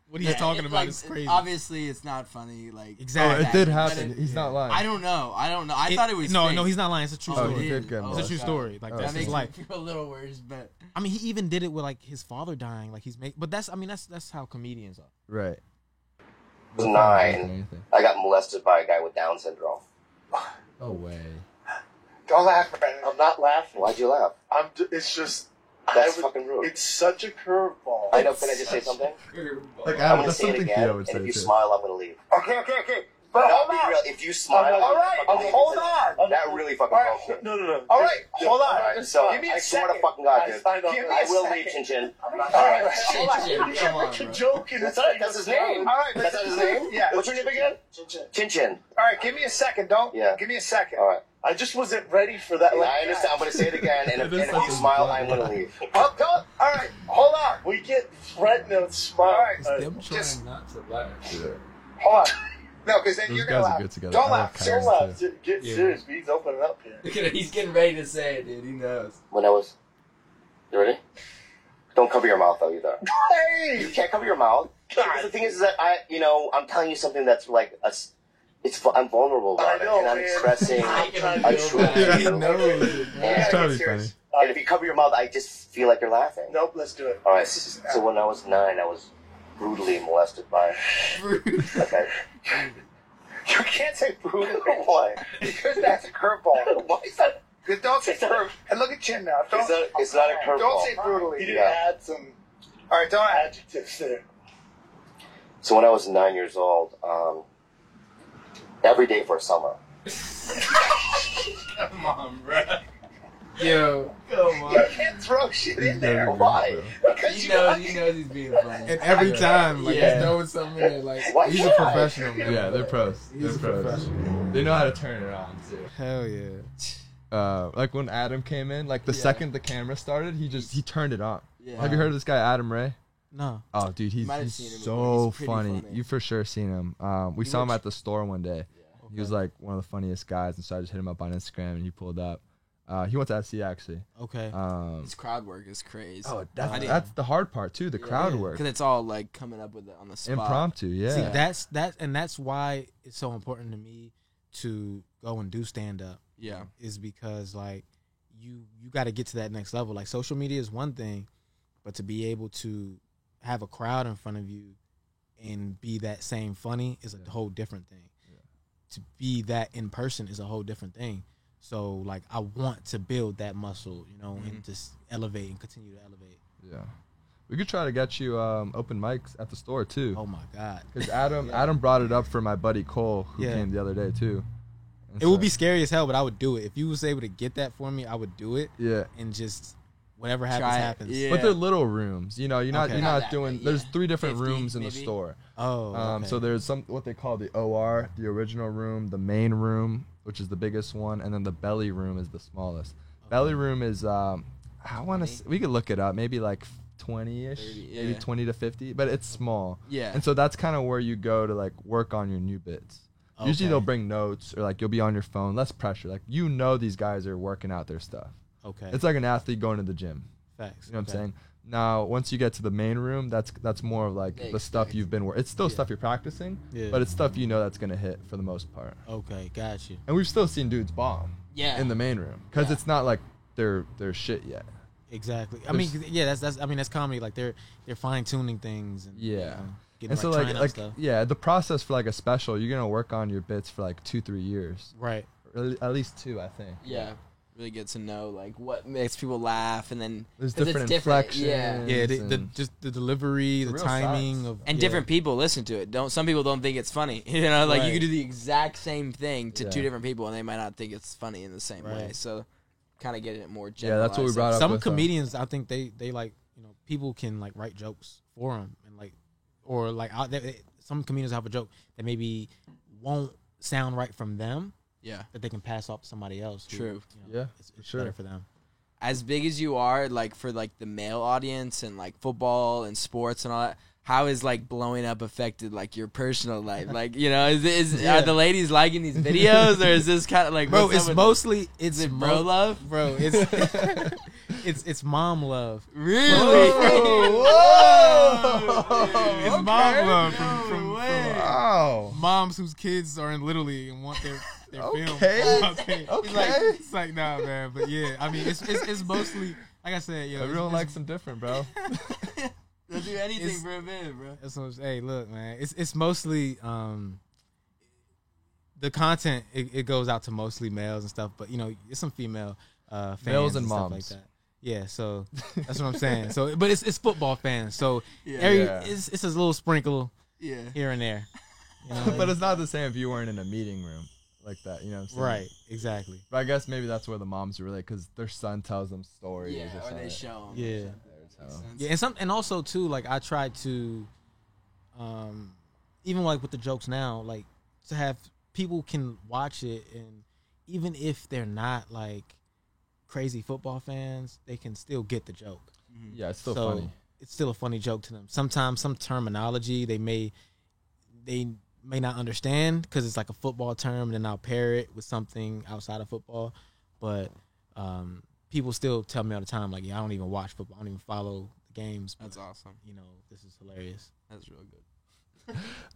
what he's Yeah, talking it, about like, is it- crazy. Obviously, it's not funny. Like Oh, Exactly. it did But happen. it- He's not lying. I don't know. I don't know. I thought it was. no, fake. no. He's not lying. It's a true Oh, story. he did get It's a Oh, true God. story. Like Oh, that's That okay. his makes life. me feel a little worse, but I mean, he even did it with like his father dying. Like he's make. But that's. I mean, that's that's how comedians are. Right. was Or nine, anything. I got molested by a guy with Down syndrome. No way. Don't laugh, Brandon. I'm not laughing. Why'd you laugh? I'm. D- it's just. That's I would- fucking rude. It's such a curveball. I know. Can I just say something? Like Adam, I'm gonna that's say it something again, Theo and would say if you too. smile, I'm gonna leave. Okay, okay, okay. But no, be real. If you smile, All right, you're fucking- okay, hold on. That really fucking All broke me. right, no, no, no. All right, Yeah, hold on. all right, so Give me a I swear second. to fucking God, I dude. signed up. Give me I a will second. leave Chin Chin. All right, Chin hold on. Chin. You're Come on, freaking bro. joking. It's That's, not that's even his a joke. name. All right, that's not his name. Yeah. What's your name again? Chin Chin. Chin Chin. All right, give me a second. Don't. Yeah. Give me a second. All right. I just wasn't ready for that. Like, I understand. I'm gonna say it again, and if, and if you smile, I'm gonna leave. Up, up. All right, hold on. We get threatened. Smile. All right. It's uh, them trying just not to hold on. No, because then Those you're gonna guys are laugh. good together. I Don't love laugh. Kyrie, Don't laugh. too. Ju- Get serious. He's opening up here. Look at it. He's getting ready to say it, dude. He knows. When I was, you ready? Don't cover your mouth though either. Hey. You can't cover your mouth. God. Because the thing is, is that I, you know, I'm telling you something that's like, a s it's fu- I'm vulnerable about I know, it, and I'm man. expressing I'm trying to a true build that. feeling. Yeah, And It's get totally serious. And if you cover your mouth, I just feel like you're laughing. Nope, let's do it. All right. So when I was nine, I was brutally molested by. like I, You can't say brutally. Why? Because that's a curveball. Why is that? Because don't say curve. And look at chin now. Don't, It's not- it's not a Don't curveball. say brutally. You didn't Yeah. add some. All right, don't add adjectives there. so when I was nine years old, um, every day for a summer, Come on, bro. Yo. Come on. You can't throw shit in there. Why? Because He you knows, he knows he's being funny. And every time, like, yeah. there's always something that, like, Why he's a can't I? professional, man. Yeah, they're pros. He's a they're pros. professional. They know how to turn it on too. Hell yeah. Uh, like when Adam came in, like the second the camera started, he just he turned it on. Yeah. Have you heard of this guy Adam Ray? No. Oh, dude, he's, Might have he's seen him so before. He's pretty funny. funny. You for sure seen him. Um, we He saw him works- at the store one day. He was like one of the funniest guys, and so I just hit him up on Instagram, and he pulled up. Uh, he went to SC actually. Okay. Uh, Um, His crowd work is crazy. Oh, that's, that's the hard part too. The crowd work. Because it's all like coming up with it on the spot. Impromptu, yeah. See, that's that, and that's why it's so important to me to go and do stand up. Yeah. is because like you you got to get to that next level. Like social media is one thing, but to be able to have a crowd in front of you and be that same funny is a whole different thing. To be that in person is a whole different thing. So like I want to build that muscle, you know, Mm-hmm. and just elevate and continue to elevate. Yeah. We could try to get you um, open mics at the store too. Oh my god! Because Adam Adam brought it up for my buddy Cole who Yeah. came the other day too. And It would so- be scary as hell, but I would do it. If you was able to get that for me, I would do it. Yeah. And just whatever happens, happens. But they're little rooms. You know, you're not Okay. you're Not not, that doing. big, There's yeah. three different 50 rooms in the maybe? store. Oh, Um, So okay. there's some what they call the OR, the original room, the main room, which is the biggest one, and then the belly room is the smallest. Belly room is um, I want to. We could look it up. Maybe like. 20-ish maybe yeah. 20 to 50 but it's small Yeah. and so that's kind of where you go to like work on your new bits usually Okay. they'll bring notes or like you'll be on your phone less pressure like you know these guys are working out their stuff Okay. it's like an athlete going to the gym Facts. you know what Okay. I'm saying? Now, once you get to the main room, that's that's more of like Yeah, the stuff you've been working. It's still stuff you're practicing, Yeah. but it's stuff you know that's gonna hit for the most part. Okay, got you. And we've still seen dudes bomb. Yeah. In the main room, because it's not like they're they're shit yet. Exactly. I mean, There's- yeah, that's that's. I mean, that's comedy. Like they're they're fine tuning things. And, you Yeah. know, getting, and so like, like trying out like stuff. yeah, the process for like a special, you're gonna work on your bits for like two three years. Right. Or at- At least two, I think. Yeah. Really good to know like what makes people laugh and then There's 'cause different it's different. inflections Yeah. Yeah, the, the, just the delivery, the, real timing of and yeah. different people listen to it. Don't some people don't think it's funny. You know, like you Right. could do the exact same thing to two Yeah. different people and they might not think it's funny in the same way. Right. So kind of get it more general. Yeah, that's what we brought up Some with, uh, comedians, I think they they like you know people can like write jokes for them and like or like I, they, they- some comedians have a joke that maybe won't sound right from them. Yeah. that they can pass off to somebody else. who, True. you know, Yeah, it's, for it's sure. better for them. as big as you are, like for like the male audience and like football and sports and all that, how is like blowing up affected like your personal life? Like you know, is is Yeah. are the ladies liking these videos or is this kind of like bro, what's it's up with- mostly it's is it mo- bro love, bro. It's it's it's mom love. Really? Oh, it's mom love from, from, from, uh, wow. moms whose kids are in Little League and want their their Okay. film. It's like, Okay. it's like nah, man. But yeah, I mean, it's it's, it's mostly like I said, yo. Everyone likes them different, bro. They'll do anything It's- for a bit, bro. That's what I'm saying. Hey, look, man. It's it's mostly um the content. It, it goes out to mostly males and stuff, but you know, it's some female uh, fans Males and stuff moms. like that. Yeah, so that's what I'm saying. So, but it's it's football fans. So Yeah. every, Yeah. it's it's a little sprinkle Yeah. here and there. You know what I but mean? it's not the same if you weren't in a meeting room like that. You know what I'm saying? Right, exactly. But I guess maybe that's where the moms relate because their son tells them stories. Yeah, or something. they show 'em. Yeah. Makes sense. Yeah, and some and also too, like I try to um even like with the jokes now, like to have people can watch it and even if they're not like crazy football fans, they can still get the joke. Yeah, it's still Mm-hmm. So, funny. It's still a funny joke to them. Sometimes some terminology they may they may not understand because it's like a football term, and then I'll pair it with something outside of football. But um, people still tell me all the time, like, "Yeah, I don't even watch football. I don't even follow the games." That's awesome. You know, this is hilarious. That's real good.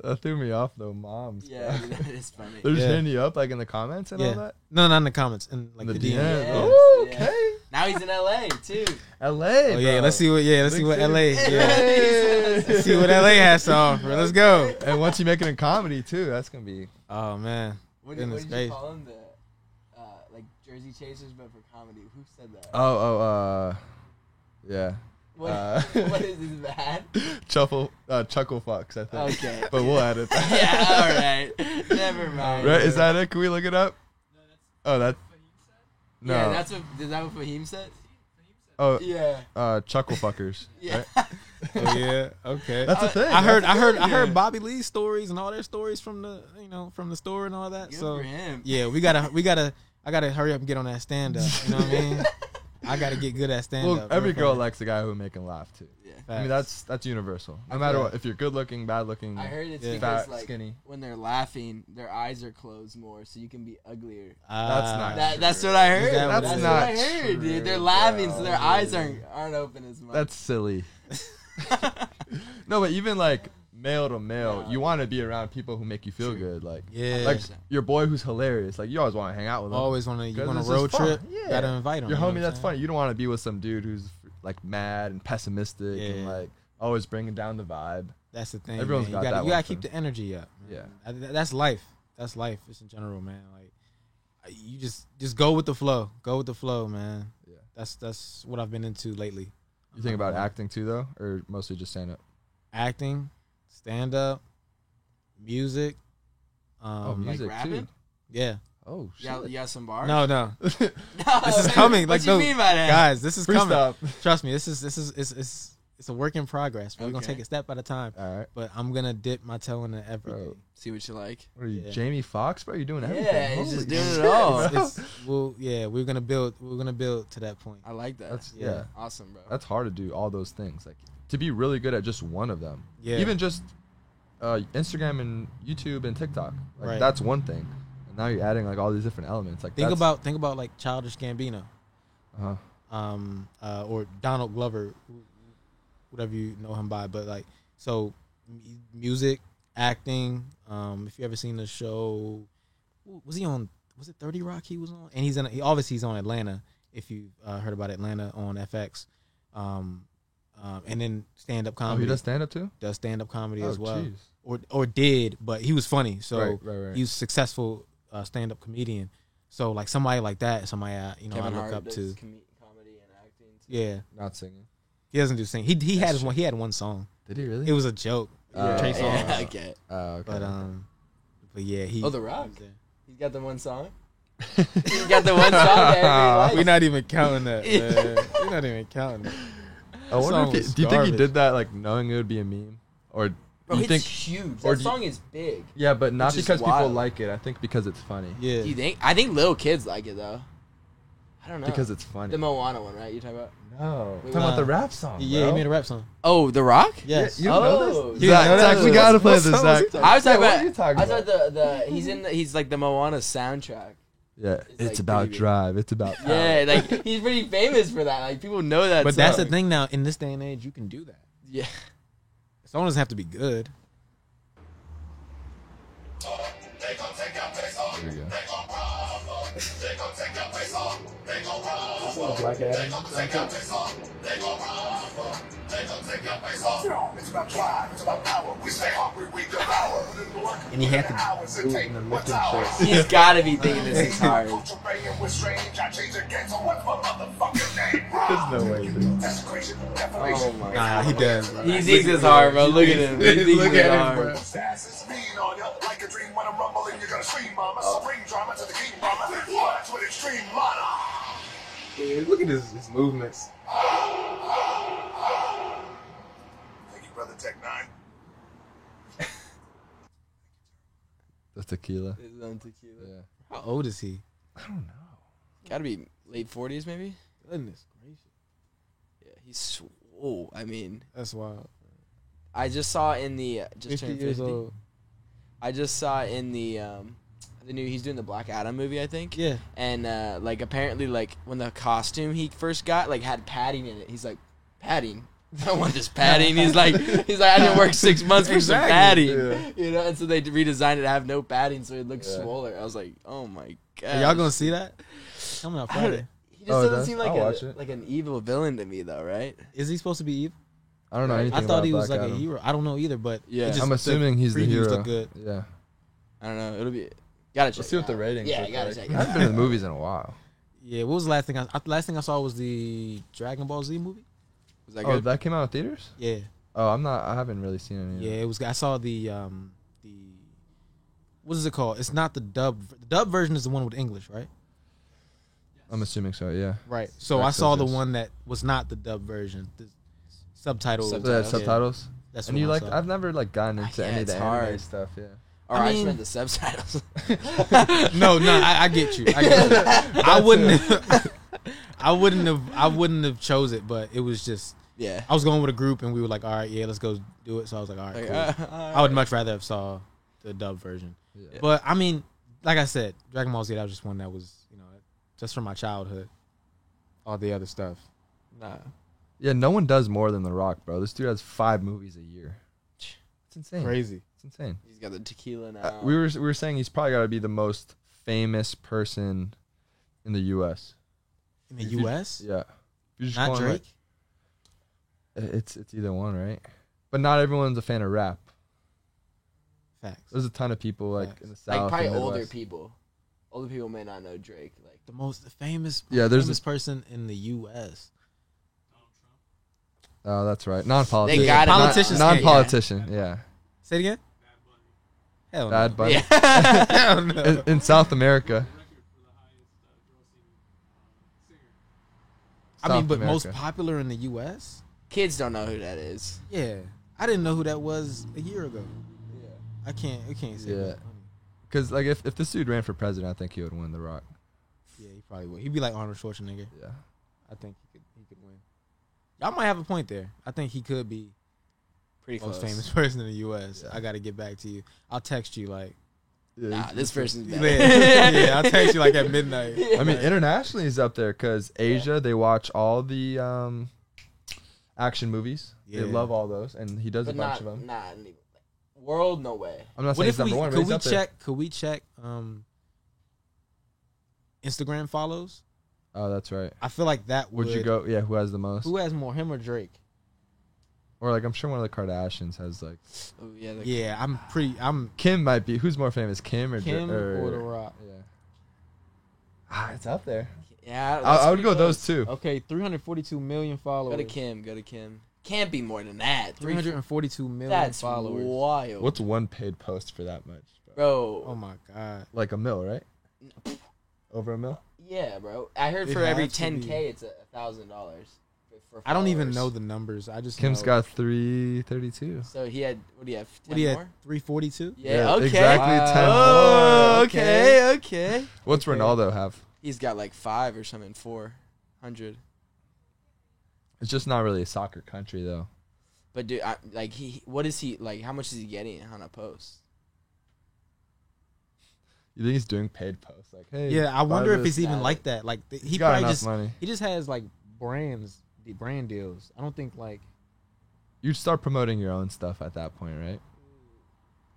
That threw me off though, moms. Yeah, bro. that is funny. They're just Yeah. hitting you up like in the comments and all that. No, not in the comments. In like The the, DM. DMs. Yeah. Ooh, okay. Now he's in LA too. LA. Oh yeah, let's see what yeah, let's see what LA. Yeah. let's see what LA has to offer. Let's go. And once you make it in comedy too, that's gonna be. Oh man. What, did- what did you call him? The uh, like Jersey Chasers, but for comedy. Who said that? Oh oh uh, yeah. What- Uh, what is his bad? Chuckle uh, chuckle fucks I think. Okay. But we'll edit. That. yeah. All right. Never mind. Right, is that it? Can we look it up? Oh, that. No. Yeah, that's what. Is that what Fahim said? oh, yeah. Uh, chuckle fuckers. Yeah. right? Oh yeah. Okay. That's a I- thing. I heard. That's I a heard. thing. I heard Bobby Lee's stories and all their stories from the you know from the store and all that. Good so for him. yeah, we gotta we gotta I gotta hurry up and get on that stand up. You know what I mean? I gotta get good at stand up. Well, every girl likes a guy who make them laugh too. Yeah. I mean that's that's universal. No matter what, if you're good looking, bad looking, I heard it's because fat, like skinny. when they're laughing, their eyes are closed more, so you can be uglier. That's Uh, not That- true. That's what I Is heard. that That's, what it what I is? heard, True, dude. They're laughing, so bro. their eyes aren't aren't open as much. That's silly. no, but even like male to male, you want to be around people who make you feel good. Like Yeah. like your boy who's hilarious. Like you always want to hang out with him. Always wanna- you 'Cause want a it's just road fun. trip, gotta invite 'em, Your you know what homie, I'm that's saying? funny. You don't want to be with some dude who's like mad and pessimistic and like always bringing down the vibe. That's the thing. Everyone's man. got you gotta, that. You one gotta keep friend. the energy up. Yeah. I- th- that's life. That's life. Just in general, man. Like I- you just just go with the flow. Go with the flow, man. Yeah. That's that's what I've been into lately. You think Uh-huh. about acting too though, or mostly just stand up. acting, stand up, music. Um, Oh, music, Like rapping? too. Yeah. Oh You got, you got some bars? No, no. No, this is man. coming. Like, what you no, mean by that, guys? This is Freestyle. coming. Trust me. This is this is it's it's, it's a work in progress. We're gonna Okay. take a step at a time. All right. But I'm gonna dip my toe into everything. See what you like. What are you, Yeah. Jamie Foxx, bro? You're doing everything. Yeah, he's Holy just doing shit, it all. bro. It's, well, yeah, we're gonna build. We're gonna build to that point. I like that. That's Yeah. yeah. Awesome, bro. That's hard to do all those things. Like to be really good at just one of them. Yeah. Even just uh, Instagram and YouTube and TikTok. Like Right. that's one thing. And now you're adding like all these different elements. Like Think that's- about think about like Childish Gambino, Uh-huh. um, uh, or Donald Glover, wh- whatever you know him by. But like, so m- music, acting. Um, if you ever seen the show, w- was he on? Was it Thirty Rock? He was on, and he's in. He, obviously, he's on Atlanta. If you uh, heard about Atlanta on FX, um, um, and then stand up comedy. Oh, does stand-up too? Does stand up comedy Oh, as well, jeez. or or did, but he was funny. So Right, right, right. he was successful uh, stand up comedian. So like somebody like that, somebody I, you know Kevin I look Hart up does to. com- comedy and acting. too. Yeah, not singing. He doesn't do sing. He he had his one. He had one song. Did he really? It was a joke. Oh. Trey Songz. Yeah, okay. Oh, okay, But okay. um, but yeah, he. oh, The Rock. He's got the one song. He's got the one song. That everybody likes. We're not even counting that. man. We're not even counting that. I wonder if he, do you think he did that like knowing it would be a meme, or Bro, you it's think huge. or do That you- song is big. Yeah, but not Which is because people wild. like it. I think because it's funny. Yeah. Do you think? I think little kids like it though. I don't know. Because it's funny. The Moana one, right? You talking about? No. Wait, Talking about what? the rap song. Yeah, bro. he made a rap song. Oh, The Rock? Yes. You know Oh, this? you Zach, know Zach, this? we gotta play What this, song Zach. was he talking- I was talking Yeah, about. what are you talking I was about the, the he's in the, he's like the Moana soundtrack. Yeah, it's, like, about pretty big. drive. It's about Yeah, like he's pretty famous for that. Like people know that. but that's the song. thing now. In this day and age, you can do that. Yeah. The song doesn't have to be good. There you go. Black Adam. And you have to do it in the lifting shirt. He's got to be thinking this is hard. There's no way. dude. Oh my Nah, he does. bro. He thinks it's hard, bro. Look at him. He thinks Look it's at him, hard. bro. Oh. Yeah, look at his, his movements. That's tequila. His own tequila. How old is he? Got to be late forties, maybe. Goodness gracious. Yeah, he's. Oh, I mean, That's wild. I just saw in the just 50 turned years fifty. old. I just saw in the um, the new he's doing the Black Adam movie, I think. Yeah. And uh, like apparently, like when the costume he first got like had padding in it, he's like, padding. I don't want this padding. He's like, he's like, I didn't work six months for some Exactly. padding, Yeah. you know. And so they redesigned it to have no padding, so it looks Yeah. swoller. I was like, oh my god. Are y'all gonna see that? Coming out I don't- Friday. He just Oh, it doesn't does? seem like I'll watch a, it. like an evil villain to me though, right? Is he supposed to be evil? I don't know anything I thought about he was Black like a Adam. hero. I don't know either, but it Yeah. just- I'm the assuming he's the previews hero. Look good. Yeah. I don't know. It'll be gotta check. Let's see what the ratings. Yeah, look gotta like. check. I haven't been in the movies in a while. Yeah, what was the last thing I, I last thing I saw was the Dragon Ball Z movie. Was that oh, that came out in theaters. Yeah. Oh, I'm not. I haven't really seen any. Yeah, it was. I saw the um the what is it called? It's not the dub. The dub version is the one with English, right? I'm assuming so. Yeah. Right. So I That's saw it, the yes. one that was not the dub version. The subtitle. So that subtitles. Yeah. That's and what you I like. saw. I've never like gotten into yeah, any of it's the anime hard. stuff. Yeah. Or I I, mean- just read the subtitles. no, no, I, I get you. I, get you. I wouldn't. Have, I wouldn't have. I wouldn't have chose it, but it was just. Yeah. I was going with a group, and we were like, "All right, yeah, let's go do it." So I was like, "All right, Like, cool." uh, all I would right. much rather have saw the dub version, Yeah. but I mean, like I said, Dragon Ball Z. That was just one that was, you know, just from my childhood. All the other stuff. Nah. Yeah. No one does more than The Rock, bro. This dude has five movies a year. It's insane. Crazy. It's insane. He's got the tequila now. Uh, we were we were saying he's probably got to be the most famous person in the U.S. In the If you- US? yeah. If you just Not go on, like- It- it's it's either one, right? But not everyone's a fan of rap. Facts. There's a ton of people like in the like south. probably and older Midwest. people. Older people may not know Drake. Like The most famous. Yeah, there's famous person in the U.S. Oh, that's right. Non-politician. They gotta- Politicians can't- Non-politician. Yeah. Say it again. Hell Bad no. Bunny. Yeah. Hell no. in, in South America. I mean, South but most America. popular in the U.S. kids don't know who that is. Yeah, I didn't know who that was a year ago. Yeah, I can't. I can't say. Yeah. that. Because like if, if this dude ran for president, I think he would win The Rock. Yeah, he probably would. He'd be like Arnold Schwarzenegger. Yeah. I think he could. He could win. Y'all might have a point there. I think he could be Pretty most close. famous person in the U.S. I got to get back to you. I'll text you like. Yeah, Nah, this person's Yeah, better. yeah, I'll text you like at midnight. I mean, internationally he's up there because Asia they watch all the um, action movies. Yeah. They love all those, and he does but a bunch not, of them. not in the- world. No way. I'm not what saying if he's we number one, but could he's we up there. check? Could we check? Um, Instagram follows. Oh, that's right. I feel like that would, Would you go? Yeah, who has the most? Who has more, him or Drake? Or like, I'm sure one of the Kardashians has like Oh, yeah, the- Yeah, I'm pretty. I'm Kim might be. Who's more famous, Kim or Dr- Kim or, or The Rock. Yeah. Ah, it's up there. Yeah, I, that's I would pretty go close. those two. Okay, 342 million Go followers. to Kim. Go to Kim. Can't be more than that. Three- 342 million That's followers. wild, What's one paid post for that much? Bro? bro. Oh my god. Like a mil, right? Over a mil. Yeah, bro. I heard It for every has to be. 10k, it's a thousand dollars. for- for I don't even know followers. the numbers. I just Kim's know. got three thirty-two. So he had what do you have? 10 what do you at more? 342? Yeah, Yeah, okay. exactly 10 Oh, more. okay, okay. What's Ronaldo have? He's got like five or something, four hundred. It's just not really a soccer country though. But dude, I, like he, what is he like? How much is he getting on a post? You think he's doing paid posts? Like, hey. Yeah, I buy wonder if this. it's even guy. like that. Like th- he He's got probably enough just money. he just has like brands, the brand deals. I don't think like You'd start promoting your own stuff at that point, right?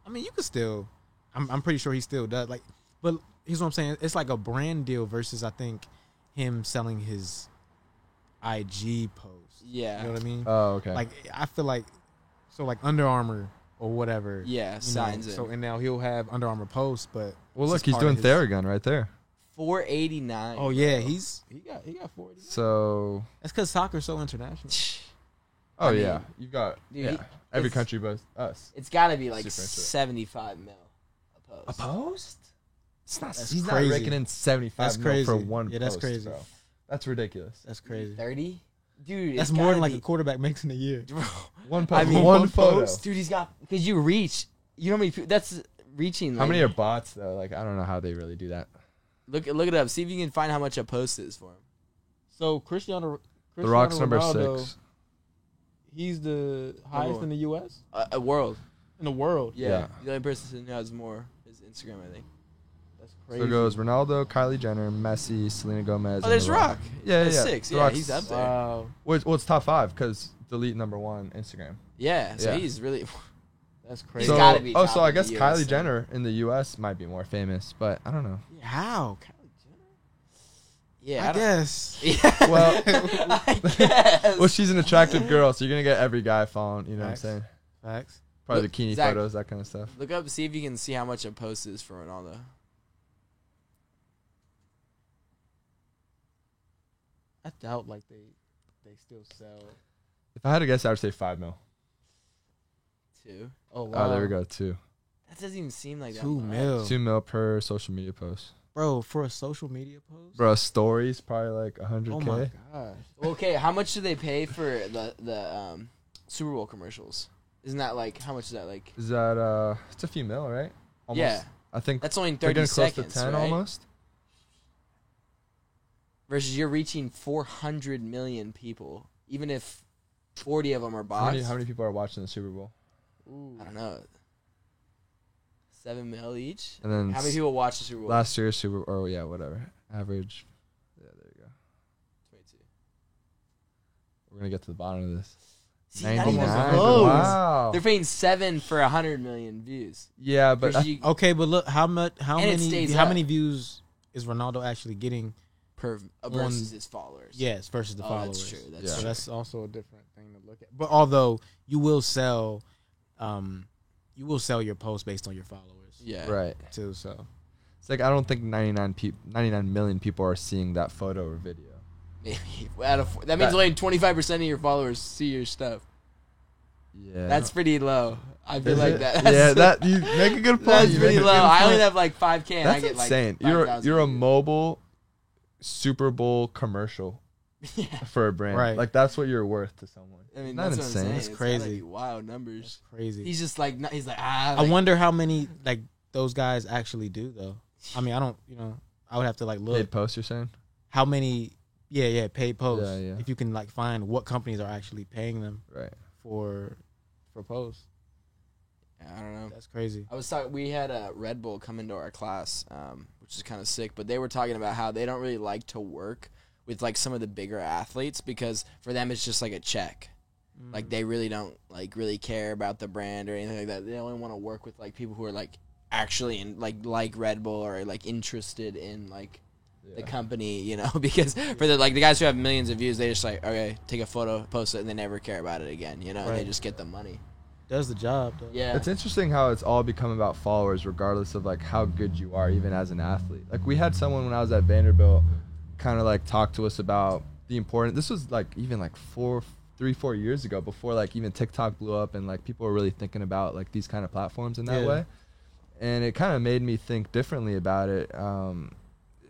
I mean, you could still. I'm, I'm pretty sure he still does. Like, but here's what I'm saying. It's like a brand deal versus I think him selling his IG post. Yeah. You know what I mean? Oh, okay. Like, I feel like so like Under Armour or whatever. Yeah, you know, signs it. So and now he'll have Under Armour posts, but well, it's look, just he's part of doing his- Theragun right there. Four eighty nine. Oh yeah, he's he got he got forty. So, That's because soccer's so international. oh mean, yeah, you've got dude, yeah he- every it's- country but us. It's got to be like Super into it. seventy five mil a post. post? It's not. That's he's crazy. not raking in seventy-five That's mil for crazy. one. Yeah, that's post, crazy. bro. That's ridiculous. That's crazy. Thirty. Dude, That's it's more gotta than like be- a quarterback makes in a year. One post. I mean, one photo. dude. He's got because you reach. You know how many people? That's reaching. How like- many are bots though? Like, I don't know how they really do that. Look, look it up. See if you can find how much a post is for him. So Cristiano, The Cristiano Rock's number Ronaldo, six. He's the highest one. in the U.S. A, a world. in the world. Yeah. Yeah. The only person who has more is Instagram, I think. That's So it goes Ronaldo, Kylie Jenner, Messi, Selena Gomez. and Oh, there's The Rock. Yeah, yeah, That's yeah. six. The yeah, Rock's- he's up there. Wow. Well, it's, well, it's top five because delete number one Instagram. yeah, so yeah. he's really. That's He's crazy. so, gotta be oh, top so I in the guess Kylie US, so- Jenner in the U.S. might be more famous, but I don't know. How? Kylie Jenner? Yeah, I don't- guess. Yeah. Well- I guess. well, she's an attractive girl, so you're gonna get every guy phone. You know Facts. what I'm saying? Facts. Probably Look, bikini Zach- photos, that kind of stuff. Look up, see if you can see how much a post is for Ronaldo. I doubt like they they still sell. If I had to guess, I would say five mil. Two. Oh Oh, there we go, two, That doesn't even seem like that. Two much. mil, two mil per social media post. bro, for a social media post. Bro, stories probably like a hundred Oh my k. god. Okay, how much do they pay for the the um, Super Bowl commercials? Isn't that like how much is that like? Is that uh? It's a few mil, right? Yeah. I think That's only they're 30 getting close seconds, to ten right? almost. Versus you're reaching 400 million people, even if 40 of them are How bots. many, how many people are watching the Super Bowl? I don't know. Seven mil each. And then how many s- people watch the Super Bowl? Last year's Super Bowl, oh, yeah, whatever. Average. Yeah, there you go. 22. We're gonna get to the bottom of this. See, not even 99? close. Wow. They're paying seven for 100 million views. Yeah, but uh, Versus I- you- Okay, but look how much how And it many stays how up. many views is Ronaldo actually getting Per- uh, on- versus his followers. Yes, versus the Oh, followers. That's true. That's so true. that's also a different thing to look at. But although you will sell, um, you will sell your post based on your followers. yeah. Right. Too so. It's like I don't think 99 peop 99 million people are seeing that photo or video. Maybe out of four, that means That- only 25 percent of your followers see your stuff. Yeah. That's pretty low. I feel Is like it? that. Yeah, that you make a good point. That's you pretty make a low. good I only point. have like 5k. And I That's get insane. Like you're 5,000. you're a mobile Super Bowl commercial for a brand. Right. Like that's what you're worth to someone. I mean, Isn't that that's what I'm insane? saying. That's It's gotta crazy. be wild numbers. Crazy. He's just like not- he's like ah. I like- wonder how many like those guys actually do though. I mean, I don't. You know, I would have to like look Paid post, you're saying? how many. Yeah, yeah, paid posts. Yeah, yeah. If you can like find what companies are actually paying them Right. for for posts, I don't know. that's crazy. I was talking. We had a Red Bull come into our class, um, which is kind of sick. But they were talking about how they don't really like to work with like some of the bigger athletes because for them it's just like a check. Like they really don't like really care about the brand or anything like that. They only want to work with like people who are like actually in like like Red Bull or like interested in like the company, you know, because for the like the guys who have millions of views, they just like okay, take a photo, post it, and they never care about it again, you know. and They Right. just get the money. Does the job though. Yeah. It's interesting how it's all become about followers, regardless of like how good you are, even as an athlete. Like we had someone when I was at Vanderbilt, kind of like talk to us about the important. This was like even like four, three, four years ago, before like even TikTok blew up and like people were really thinking about like these kind of platforms in that Yeah. way. And it kind of made me think differently about it. Um,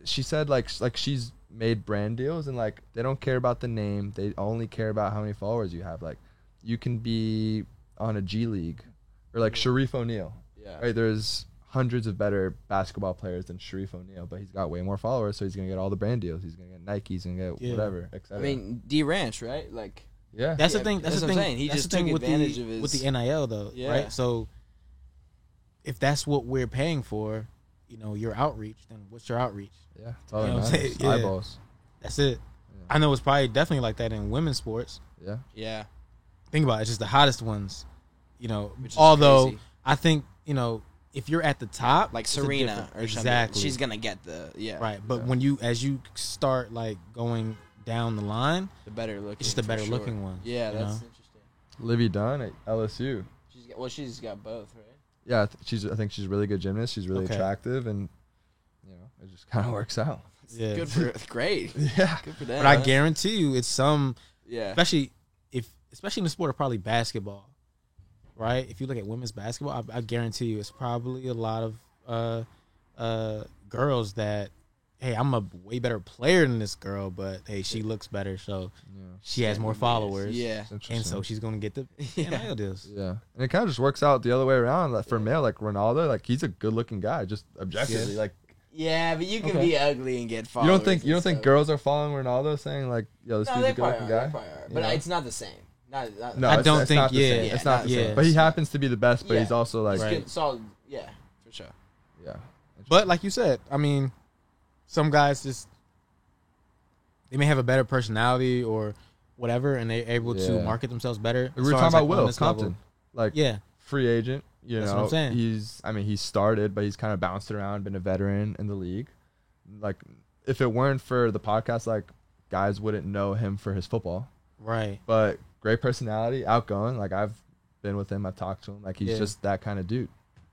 she said like sh- like she's made brand deals and like they don't care about the name they only care about how many followers you have like you can be on a g league or like sharif o'neal Yeah. right there's hundreds of better basketball players than sharif o'neal but he's got way more followers so he's gonna get all the brand deals he's gonna get nike he's gonna get Yeah. whatever etc I mean, D Ranch, right? Like yeah That's Yeah, the thing. That's, that's the what I'm thing. saying. He that's just the thing took with advantage the, of his- with the NIL though, Yeah. right? So if that's what we're paying for, you know, your outreach, then what's your outreach? yeah it's all You know that what I'm matters. saying? Yeah. eyeballs That's it. I know it's probably definitely like that in women's sports. yeah Yeah. Think about it, it's just the hottest ones. You know, Which is although crazy. I think, you know, if you're at the top, like it's a Serena different- or exactly. something. She's gonna get the yeah right, but when you as you start like going down the line, the better looking. it's just the for better sure. looking ones. Yeah, you that's know? interesting. livy dunn at lsu She's got, well, she's got both, right? yeah I th- she's i think she's a really good gymnast she's really Okay. attractive and you know it just kind of works out yeah. Good for great. yeah Good for them. But I huh? guarantee you, it's some yeah. especially if especially in the sport of probably basketball, right? If you look at women's basketball, I, I guarantee you, it's probably a lot of uh, uh, girls that, hey, I'm a way better player than this girl, but hey, she looks better, so yeah she has more followers, Yeah. It's interesting. and so she's gonna get the Yeah. NIL deals. Yeah, and it kind of just works out the other way around. Like for male, like Ronaldo, like he's a good-looking guy, just objectively. Like Yeah, but you can Okay. be ugly and get you followers. don't think you don't and think stuff. girls are following Ronaldo, saying like, "Yo, this No, dude's they a probably are. good-looking They guy." probably are. You But know? it's not the same. Not, not no, I it's- don't it's not think- the yeah. same. Yeah, it's not not the the same. same. But he happens to be the best. But Yeah. he's also like, It's Right. good, solid. Yeah, for sure. yeah, But like you said, I mean, some guys just they may have a better personality or whatever, and they're able to Yeah. market themselves better. we as were far as, talking about like, Will wellness level. Compton, like Yeah, free agent. You That's know, what I'm saying. he's I mean he started, but he's kind of bounced around, been a veteran in the league. Like if it weren't for the podcast, like guys wouldn't know him for his football. Right. But great personality, outgoing. Like I've been with him, I've talked to him. Like he's Yeah. just that kind of dude.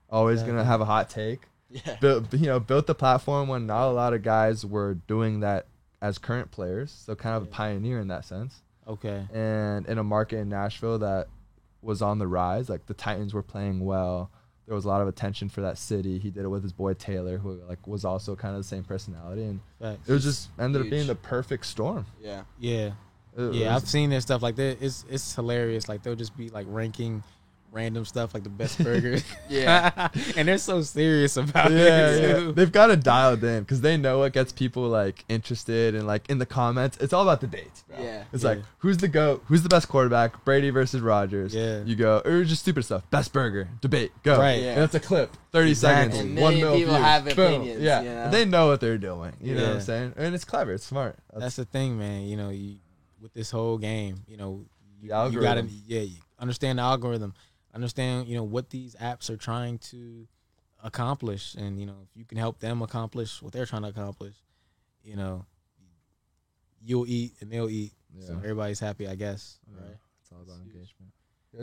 Always Exactly. gonna have a hot take. Yeah. Built, you know, built the platform when not a lot of guys were doing that as current players. So kind of a pioneer in that sense. Okay. And in a market in Nashville that was on the rise, like the Titans were playing well. There was a lot of attention for that city. He did it with his boy Taylor, who like was also kind of the same personality, and Facts. it was just ended up being Huge. the perfect storm. Yeah. Yeah. It yeah, was- I've seen their stuff like that. It's it's hilarious. Like they'll just be like ranking random stuff like the best burger. Yeah. and they're so serious about yeah, it. yeah. too. they've got to dial it in because they know what gets people like interested and like in the comments. It's all about the dates, bro. Yeah. it's Yeah. like who's the goat, who's the best quarterback, Brady versus Rogers. Yeah, you go or just stupid stuff. Best burger debate, go. Right. and that's a clip, thirty Exactly. seconds, And one million mil people views. have Boom. opinions, Yeah, you know? they know what they're doing. You know what I'm Yeah. saying? And it's clever, it's smart. That's the thing, man. You know, you, with this whole game, you know, you, you gotta algorithm. yeah, you understand the algorithm, understand you know what these apps are trying to accomplish, and you know if you can help them accomplish what they're trying to accomplish, you know, you'll eat and they'll eat, so Yeah. everybody's happy, I guess. Right? It's all about engagement.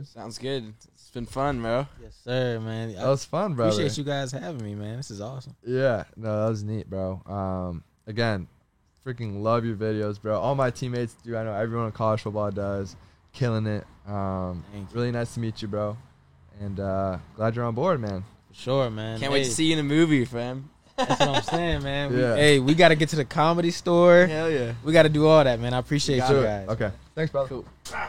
Sounds good. It's been fun, bro. Yes, sir, man. That was fun, brother. Appreciate you guys having me, man. This is awesome. Yeah, no, that was neat, bro. Um, again, freaking love your videos, bro. All my teammates do. I know everyone in college football does. Killing it. Um, really nice to meet you, bro. And uh, glad you're on board, man. For sure, man. Can't wait to Hey. see you in a movie, fam. That's what I'm saying, man. We- Yeah. hey, we got to get to the comedy store. Hell yeah. We got to do all that, man. I appreciate got you it. guys. Okay. Thanks, brother. Cool.